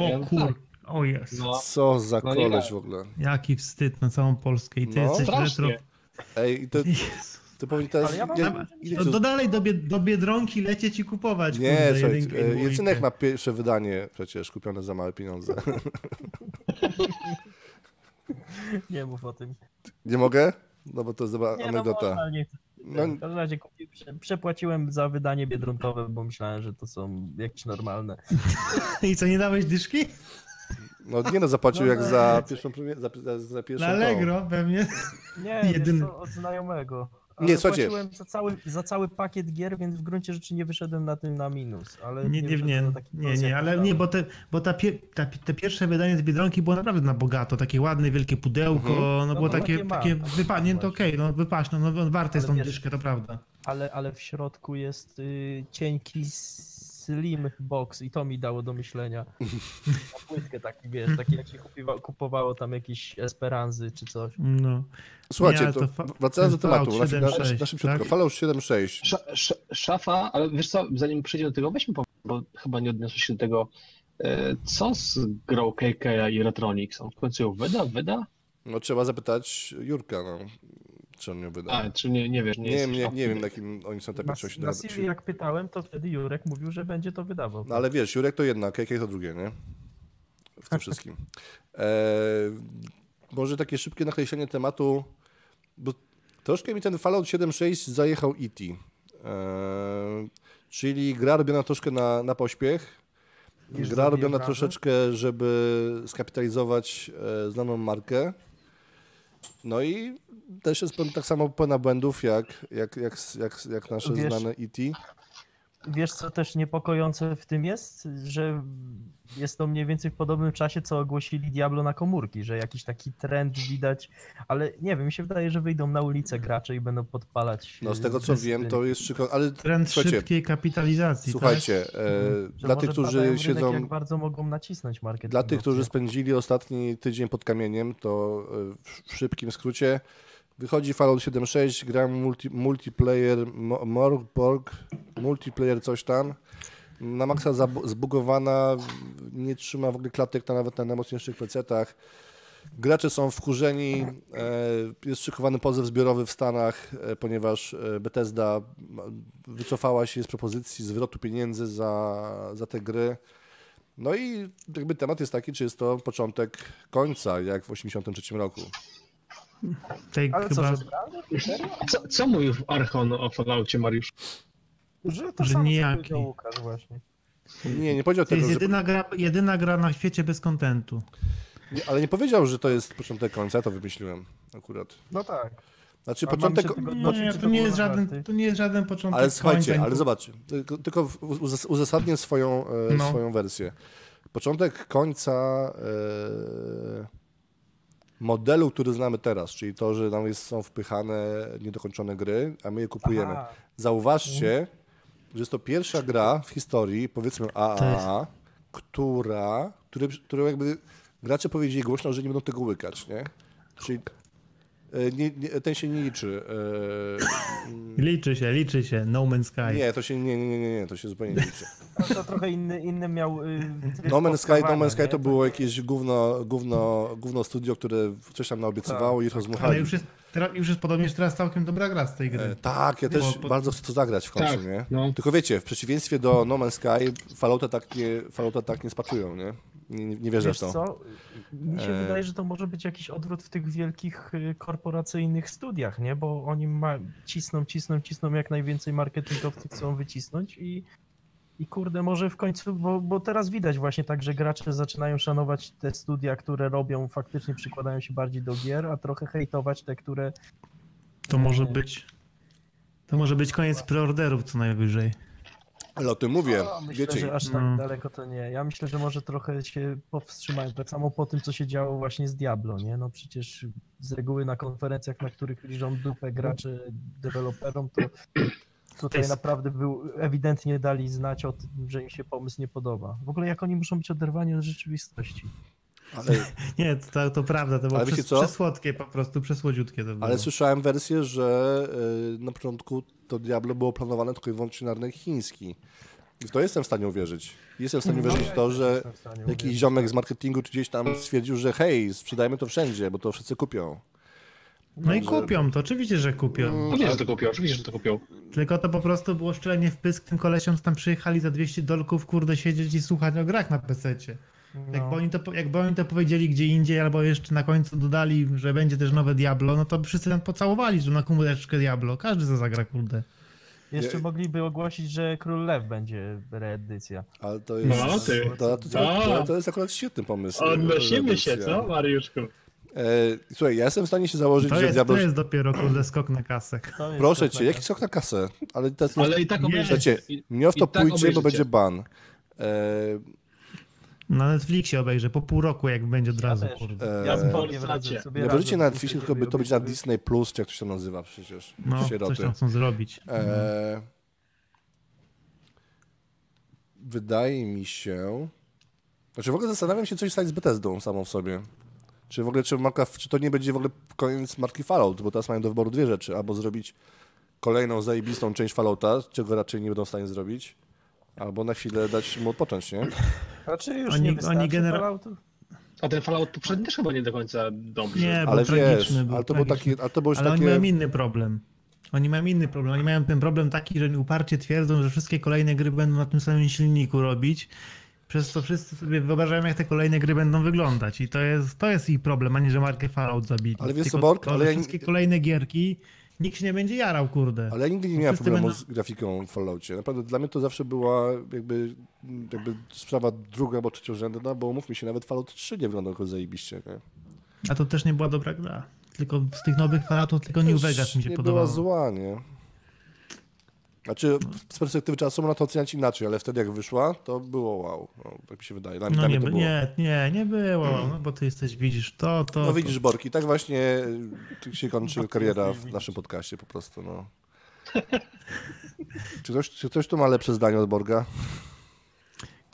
Ja-
O kur... O jest.
No,
Co za
No nie
koleś
grałem.
w ogóle.
Jaki wstyd na całą Polskę. I ty
No,
jesteś retro...
strasznie.
Ej, i to,
Jezu.
to powiem teraz...
Ale ja mam-
ja- ile
To,
chcesz-
to dalej do, bied, do Biedronki lecieć i kupować.
Nie,
kurde,
słuchaj,
jedynki i
e,
dwójki.
Jecynek ma pierwsze wydanie przecież, kupione za małe pieniądze.
Nie mów o tym.
Nie mogę? No bo to jest dobra
Nie, no
anegdota.
można, nie chcę.
No,
W każdym razie kupi, prze- przepłaciłem za wydanie biedronkowe, bo myślałem, że to są jakieś normalne.
I co, nie dałeś dyszki?
No nie no, zapłacił
No
jak
tak.
za pierwszą, premię- za, za, za pierwszą
Na
tą.
Allegro pewnie.
Nie,
Jedyny.
Jedyny. Co, od znajomego. Ale
Nie, słuchajcie.
Płaciłem za cały, za cały pakiet gier, więc w gruncie rzeczy nie wyszedłem na tym na minus. Ale
Nie, nie,
wyszedłem
nie,
na taki
nie,
plus,
nie
jak
ale
tam.
nie, bo te, bo ta, pie, ta, te pierwsze wydanie z Biedronki było naprawdę na bogato, takie ładne, wielkie pudełko,
Mhm.
no było
no,
takie,
takie ma.
takie wypadnie, to okej, no wypaść, no, no warte jest
Ale
tą
wiesz-
dyszkę, to prawda.
ale, ale w środku jest y, cienki slim box i to mi dało do myślenia. Na płytkę taki, wiesz, taki jak się kupiwa, kupowało tam jakieś Esperanzy czy coś.
No.
Słuchajcie,
Nie, ale
to
to
fa-
fa-
wracając do
to jest
tematu, na,
Fallout
na, na,
76,
na szybciutko.
tak?
Fallout 7.6.
Sza, sz, szafa, ale wiesz co, zanim przejdziemy do tego, weźmy po, bo chyba nie odniosłeś się do tego, e, co z grą KK i Retronix? On w końcu ją wyda, wyda?
No trzeba zapytać Jurka, no, czy on ją
A,
wyda.
czy nie, nie wiesz, nie,
Nie,
jest
nie, nie wiem, tak- na jakim oni są etapie,
Na,
czy on się
na
da.
Siri
Czy...
jak pytałem, to wtedy Jurek mówił, że będzie to wydawał.
No ale wiesz, Jurek to jedna, KK to drugie, nie? W tym wszystkim. E, może takie szybkie nakreślenie tematu, bo troszkę mi ten Fallout 7.6 zajechał E.T. E, czyli gra robiona troszkę na, na pośpiech,
Widzisz,
Gra
zabiję
robiona
wrażę.
troszeczkę, żeby skapitalizować e, znaną markę. No i też jest pełna- tak samo pełna błędów jak, jak, jak, jak, jak nasze
Wiesz-
znane E E.T.
Wiesz, co też niepokojące w tym jest? Że jest to mniej więcej w podobnym czasie, co ogłosili Diablo na komórki, że jakiś taki trend widać, ale nie wiem, mi się wydaje, że wyjdą na ulicę gracze i będą podpalać.
No z
y,
tego co wiem,
dyscypliny.
to jest szyko... Ale
Trend
słuchajcie,
szybkiej kapitalizacji, tak?
słuchajcie e,
Że
dla
może
tych,
badają
którzy
rynek,
siedzą
Jak bardzo mogą nacisnąć market.
Dla tych, którzy spędzili ostatni tydzień pod kamieniem, to y, w- w szybkim skrócie wychodzi Fallout 7.6, gra multi, multiplayer Mo- Morborg, multiplayer coś tam. Na maksa zabu- zbugowana, w- nie trzyma w ogóle klatek na, nawet na najmocniejszych pecetach. Gracze są wkurzeni, e, jest szykowany pozew zbiorowy w Stanach, e, ponieważ e, Bethesda ma- wycofała się z propozycji zwrotu pieniędzy za, za te gry. No i jakby temat jest taki, czy jest to początek końca, jak w 83 roku.
tak? Tej
Ale co,
chyba,
że,
że,
Co, co mówił Archon o Falloutie, Mariusz?
że to
że
samo, co
nijaki.
powiedział Łukasz właśnie.
Nie, nie powiedział
to
tego,
jest
że,
jedyna gra, jedyna gra na świecie bez kontentu.
nie, ale nie powiedział, że to jest początek końca, ja to wymyśliłem akurat.
No tak.
Znaczy
A mamy
początek,
się tego-
no,
czy
Nie,
to
to nie,
było
jest
naprawdę?
żaden, to nie jest żaden początek
ale słuchajcie,
końca.
ale zobaczcie, tylko, tylko w- uzas- uzasadnię swoją, e,
No.
swoją wersję. Początek końca e, modelu, który znamy teraz, czyli to, że nam jest, są wpychane niedokończone gry, a my je kupujemy.
Aha.
Mhm.
Zauważcie, że jest to pierwsza gra w historii, powiedzmy AAA, która, które, którą jakby gracze powiedzieli głośno, że nie będą tego łykać, nie? Czyli e, nie, nie, ten się nie liczy.
Liczy się, liczy się, No Man's
E,
Sky.
Nie, to się nie, nie, nie, nie, nie, to się zupełnie nie liczy.
No To, to trochę inny, inny miał. Y, tryb
No Man's Sky, no
powstawania,
Man's Sky
nie?
to było jakieś gówno, gówno, gówno studio, które coś tam naobiecywało i
Tak. Ale
rozmuchali.
już jest, teraz, już jest podobnież teraz całkiem dobra gra z tej gry.
E, Tak, ja też
Bo- bo-
bardzo chcę to zagrać w końcu,
Tak,
nie?
no.
Tylko wiecie, w przeciwieństwie do No Man's Sky, Fallouta tak nie, Fallouta tak nie spatrują, nie? Nie, nie, nie wierzę
Wiesz
w to.
co? Mi się
E.
wydaje, że to może być jakiś odwrót w tych wielkich y, korporacyjnych studiach, nie? Bo oni ma, cisną, cisną, cisną, jak najwięcej marketingowcy chcą wycisnąć i, i kurde, może w końcu, bo, bo teraz widać właśnie tak, że gracze zaczynają szanować te studia, które robią, faktycznie przykładają się bardziej do gier, a trochę hejtować te, które...
To może być. To może być koniec preorderów co najwyżej.
Ale o tym mówię,
No, myślę,
wiecie.
że aż tak
no.
daleko to nie. Ja myślę, że może trochę się powstrzymają. Tak samo po tym, co się działo właśnie z Diablo, nie? No przecież z reguły na konferencjach, na których liżą dupę gracze deweloperom, to tutaj
jest-
naprawdę był, ewidentnie dali znać o tym, że im się pomysł nie podoba. W ogóle jak oni muszą być oderwani od rzeczywistości.
Ale,
Nie, to- to, to prawda, to było
Ale wiecie
przes,
co?
przesłodkie po prostu, przesłodziutkie to było.
ale słyszałem wersję, że y, na początku to Diablo było planowane tylko i wyłącznie na rynek chiński. I w to jestem w stanie uwierzyć. Jestem w stanie uwierzyć w to, że
No, Jestem w stanie
E, jakiś
uwierzyć.
ziomek z marketingu czy gdzieś tam stwierdził, że hej, sprzedajmy to wszędzie, bo to wszyscy kupią.
No i
że-
kupią, to oczywiście, że kupią.
No wiesz, że to kupił, oczywiście, że to kupił.
Tylko to po prostu było szczelenie w pysk tym kolesiom, co tam przyjechali za 200 dolków, kurde, siedzieć i słuchać o grach na PC-cie. Jakby,
No.
oni to, po- jakby oni to powiedzieli gdzie indziej, albo jeszcze na końcu dodali, że będzie też nowe Diablo, no to by wszyscy tam pocałowali, że na komóreczkę Diablo. Każdy za zagra, kurde.
Jeszcze
e,
mogliby ogłosić, że Król Lew będzie reedycja.
Ale to jest.
No, ty.
To, to,
No.
to, to jest akurat świetny pomysł.
Odnosimy się,
Edycja.
co, Mariuszku?
E, słuchaj, ja jestem w stanie się założyć,
To
że
jest,
Diablo.
to jest dopiero kurde skok na kasek.
To jest
Proszę
to
cię,
taka-
jaki sok na kasę? Ale teraz nie.
Ale i tak
Nie.
obejrzycie.
Słuchajcie, Nie o w to
i tak
pójdzie, bo
obejrzycie.
będzie ban. E,
Na Netflixie obejrzę, po pół roku jak będzie od razu,
też.
kurde.
e,
Ja z
Bogiem
Polsacie.
radzę sobie
nie
radzę,
będziecie na
muszę
Netflixie,
siebie
tylko by to być na
obiecywać.
Disney Plus, czy jak to się nazywa przecież.
No, coś
Sieroty.
tam chcą zrobić.
E, wydaje mi się. Znaczy w ogóle zastanawiam się, co się stanie z Bethesdą samą w sobie. Czy w ogóle, czy, marka, czy to nie będzie w ogóle koniec marki Fallout, bo teraz mają do wyboru dwie rzeczy. Albo zrobić kolejną zajebistą część Fallouta, czego raczej nie będą w stanie zrobić, albo na chwilę dać mu odpocząć, nie?
Znaczy już
Oni-
nie
oni
wystarczy
genera-
Falloutu?
A ten Fallout poprzedni też chyba nie do końca dobrze.
Nie, był
Ale wiesz,
tragiczny, był
ale to było,
tragiczny.
takie, ale to było już
Ale oni
takie...
mają inny problem. Oni mają inny problem. Oni mają ten problem taki, że oni uparcie twierdzą, że wszystkie kolejne gry będą na tym samym silniku robić. Przez co wszyscy sobie wyobrażają, jak te kolejne gry będą wyglądać. I to jest, to jest ich problem, a nie, że markę Fallout zabili.
Ale wiesz co,
Tylko
Borg,
to,
ale
że
ja nie-
wszystkie kolejne gierki, nikt się nie będzie jarał, kurde.
Ale ja nigdy nie miałem
Tak. No Wszyscy
problemu
będą-
z grafiką w Falloutie. Naprawdę dla mnie to zawsze była jakby, jakby sprawa druga albo trzeciorzędna, bo mówmy się, nawet Fallout 3 nie wyglądał jako zajebiście. Nie?
A to też nie była dobra gra. Tylko z tych nowych Falloutów tylko New Vegas mi się
nie
podobało.
była zła, nie? Znaczy, z perspektywy czasu można to oceniać inaczej, ale wtedy jak wyszła, to było wow. No, tak mi się wydaje. Dla,
No
dla
nie,
mnie to
by-
było. Hmm.
nie, nie, nie było, no bo ty jesteś, widzisz to, to.
No
to.
widzisz, Borki, tak właśnie y, się kończy kariera w naszym podcaście po prostu, no. Czy ktoś, czy ktoś tu ma lepsze zdanie od Borga?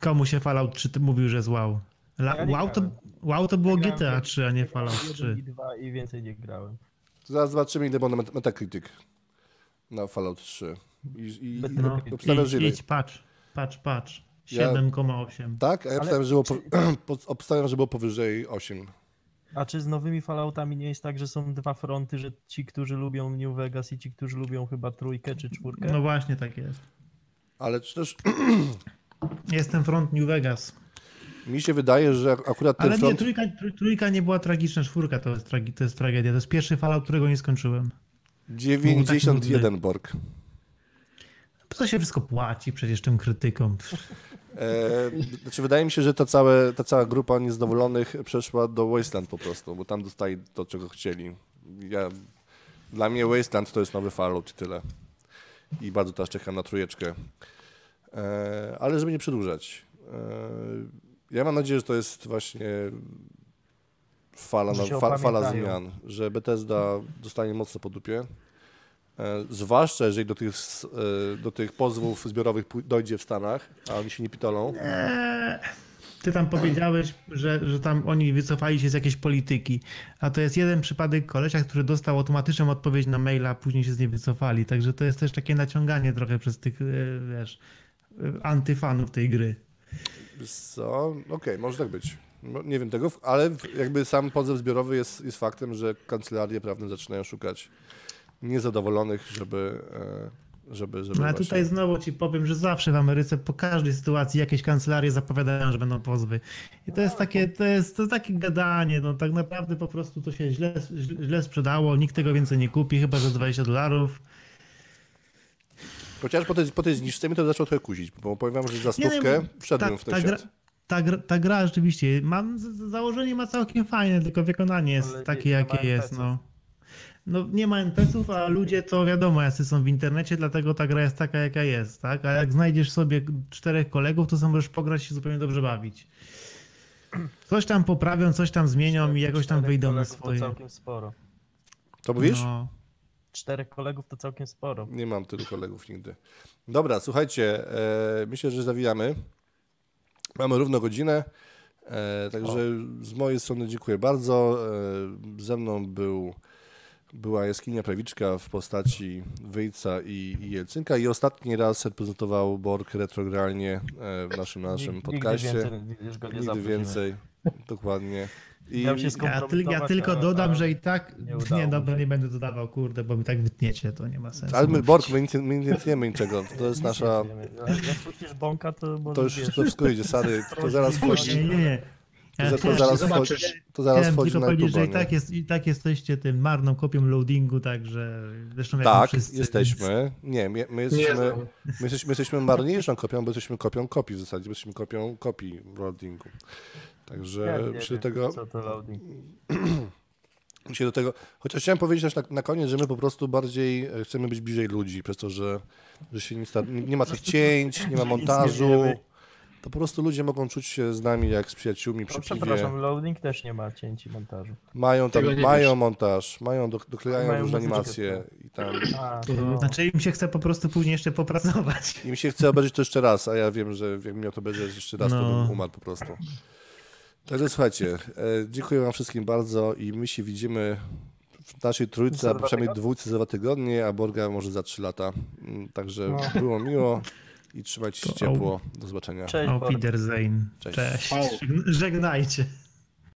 Komu się Fallout 3 ty mówił, że z wow? La,
Ja nie
wow, to,
grałem.
wow to było
Ja grałem
GTA
jeden-
3, a nie
ja grałem
Fallout
jeden
3.
I dwa i więcej nie grałem.
To Zaraz zobaczymy, ile będą met- Metacritic na Fallout 3. I, i, i
No,
obstawiam,
idź,
że ile?
idź, patrz, patrz, patrz.
Ja-
7,8.
Tak? A ja obstawiam, że było, po, po- obstawiam, że było powyżej 8.
A czy z nowymi Falloutami nie jest tak, że są dwa fronty, że ci, którzy lubią New Vegas i ci, którzy lubią chyba trójkę czy czwórkę?
No właśnie tak jest.
Ale czy też
Jestem front New Vegas.
mi się wydaje, że ak- akurat ten
Ale nie,
front...
trójka, trój- trójka nie była tragiczna, czwórka to jest, tragi, to jest tragedia. To jest pierwszy Fallout, którego nie skończyłem. No, tak,
91 Borg.
To się wszystko płaci przecież tym krytykom. no.
E, znaczy wydaje mi się, że ta, całe, ta cała grupa niezadowolonych przeszła do Wasteland po prostu, bo tam dostali to, czego chcieli. Ja, dla mnie Wasteland to jest nowy Fallout i tyle. I bardzo teraz czekam na trójeczkę. E, ale żeby nie przedłużać. E, ja mam nadzieję, że to jest właśnie fala,
Że się
na, fa, fala
opamiętają.
zmian, że Bethesda dostanie mocno po dupie. E, Zwłaszcza jeżeli do tych, s- e, do tych pozwów zbiorowych pój- dojdzie w Stanach, a oni się nie pitolą.
Eee, Ty tam powiedziałeś, że, że tam oni wycofali się z jakiejś polityki, a to jest jeden przypadek kolesia, który dostał automatyczną odpowiedź na maila, a później się z niej wycofali. Także to jest też takie naciąganie trochę przez tych, e, wiesz, e, antyfanów tej gry.
Wiesz Co? Okej, może tak być. No, Nie wiem tego, ale w- jakby sam pozew zbiorowy jest, jest faktem, że kancelarie prawne zaczynają szukać niezadowolonych, żeby. e, żeby, żeby
No ale
właśnie-
tutaj znowu ci powiem, że zawsze w Ameryce po każdej sytuacji jakieś kancelarie zapowiadają, że będą pozwy. I to jest takie, to jest, to jest takie gadanie, no tak naprawdę po prostu to się źle, źle sprzedało, nikt tego więcej nie kupi, chyba że 20 dolarów.
Chociaż po tej, po tej zniżce mi to zaczęło trochę kusić, bo powiem wam, że za
Nie, nie,
stówkę
bo
wszedłem w ten
ta, gra,
świat.
ta, gra, ta gra rzeczywiście, mam, z- z- założenie ma całkiem fajne, tylko wykonanie jest
Ale nie-
takie,
nie ma
jakie jest.
NPC-ów.
No. no nie ma NPC-ów, a ludzie to wiadomo, jacy są w internecie, dlatego ta gra jest taka, jaka jest, tak? A jak znajdziesz sobie czterech kolegów, to sam możesz pograć i się zupełnie dobrze bawić. Coś tam poprawią, coś tam zmienią i jakoś tam
Czterech
wyjdą na
kolegów
swoje.
To całkiem sporo.
To mówisz?
No.
Czterech kolegów to całkiem sporo.
Nie mam tylu kolegów nigdy. Dobra, słuchajcie, e, myślę, że zawijamy. Mamy równo godzinę. E, także z mojej strony dziękuję bardzo. E, ze mną był, była jaskinia prawiczka w postaci Wyjca i, i Jelcynka. I ostatni raz reprezentował Borg retrogralnie e, w naszym, naszym
Nigdy
podcaście.
więcej już go nie
Nigdy
zaprosimy.
więcej. Dokładnie. I
Miał się
Ja,
skompromitować,
tyl, ja tylko
ale-
dodam, że i tak.
nie
Nie,
udało
nie
mi
dobra,
się.
nie będę dodawał, kurde, bo mi tak wytniecie, to nie ma sensu.
ale my,
mówić.
Borg, my nie, my nie wiemy niczego. To jest nasza.
Jak puścisz bąka, to może
To już
wiesz.
to wszystko idzie, Sary. To zaraz
Proszę,
wchodzi.
Nie, nie, nie. Ja
Za- to
chciałem-
zaraz,
zobaczysz.
wchodzi- to zaraz
Chciałem
wchodzi
tylko
na
powiedzieć,
YouTube.
że i tak, jest, i tak jesteście tym marną kopią loadingu, także zresztą jak my
Tak,
wszyscy,
jesteśmy. Nie, my, my,
Nie
jesteśmy,
znam.
my, jesteśmy, my jesteśmy marniejszą kopią, bo jesteśmy kopią kopii w zasadzie, bo jesteśmy kopią kopii w loadingu.
Ja
Także
nie
przy
wiem,
tego,
Co to loading.
się do tego. Chociaż chciałem powiedzieć też na, na koniec, że my po prostu bardziej e, chcemy być bliżej ludzi, przez to, że, że się nic, tam- nie, nie ma tych cięć, nie ma montażu.
wiemy.
To po prostu ludzie mogą czuć się z nami jak z przyjaciółmi
O,
przy piwie.
No, przepraszam, loading też nie ma cięci montażu.
Mają tam,
Tego nie
mają
wiesz.
montaż, mają, do, doklejają
Mają
różne
muzyczkę,
animacje i tam.
A,
To...
to...
Znaczy im się chce po prostu później jeszcze popracować.
Im się chce obejrzeć to jeszcze raz, a ja wiem, że jakbym miał to obejrzeć jeszcze raz, to
No.
bym umarł po prostu. Także słuchajcie, e, dziękuję wam wszystkim bardzo i my się widzimy w naszej trójce,
Za
a
dwa
przynajmniej
tygodnie?
dwójce za dwa tygodnie, a Borga może za trzy lata. Mm, Także
No.
było miło i trzymajcie się
To au.
ciepło. Do zobaczenia.
Cześć,
O,
Borek.
Peter Zane.
Cześć.
Cześć.
Au.
Żegnajcie.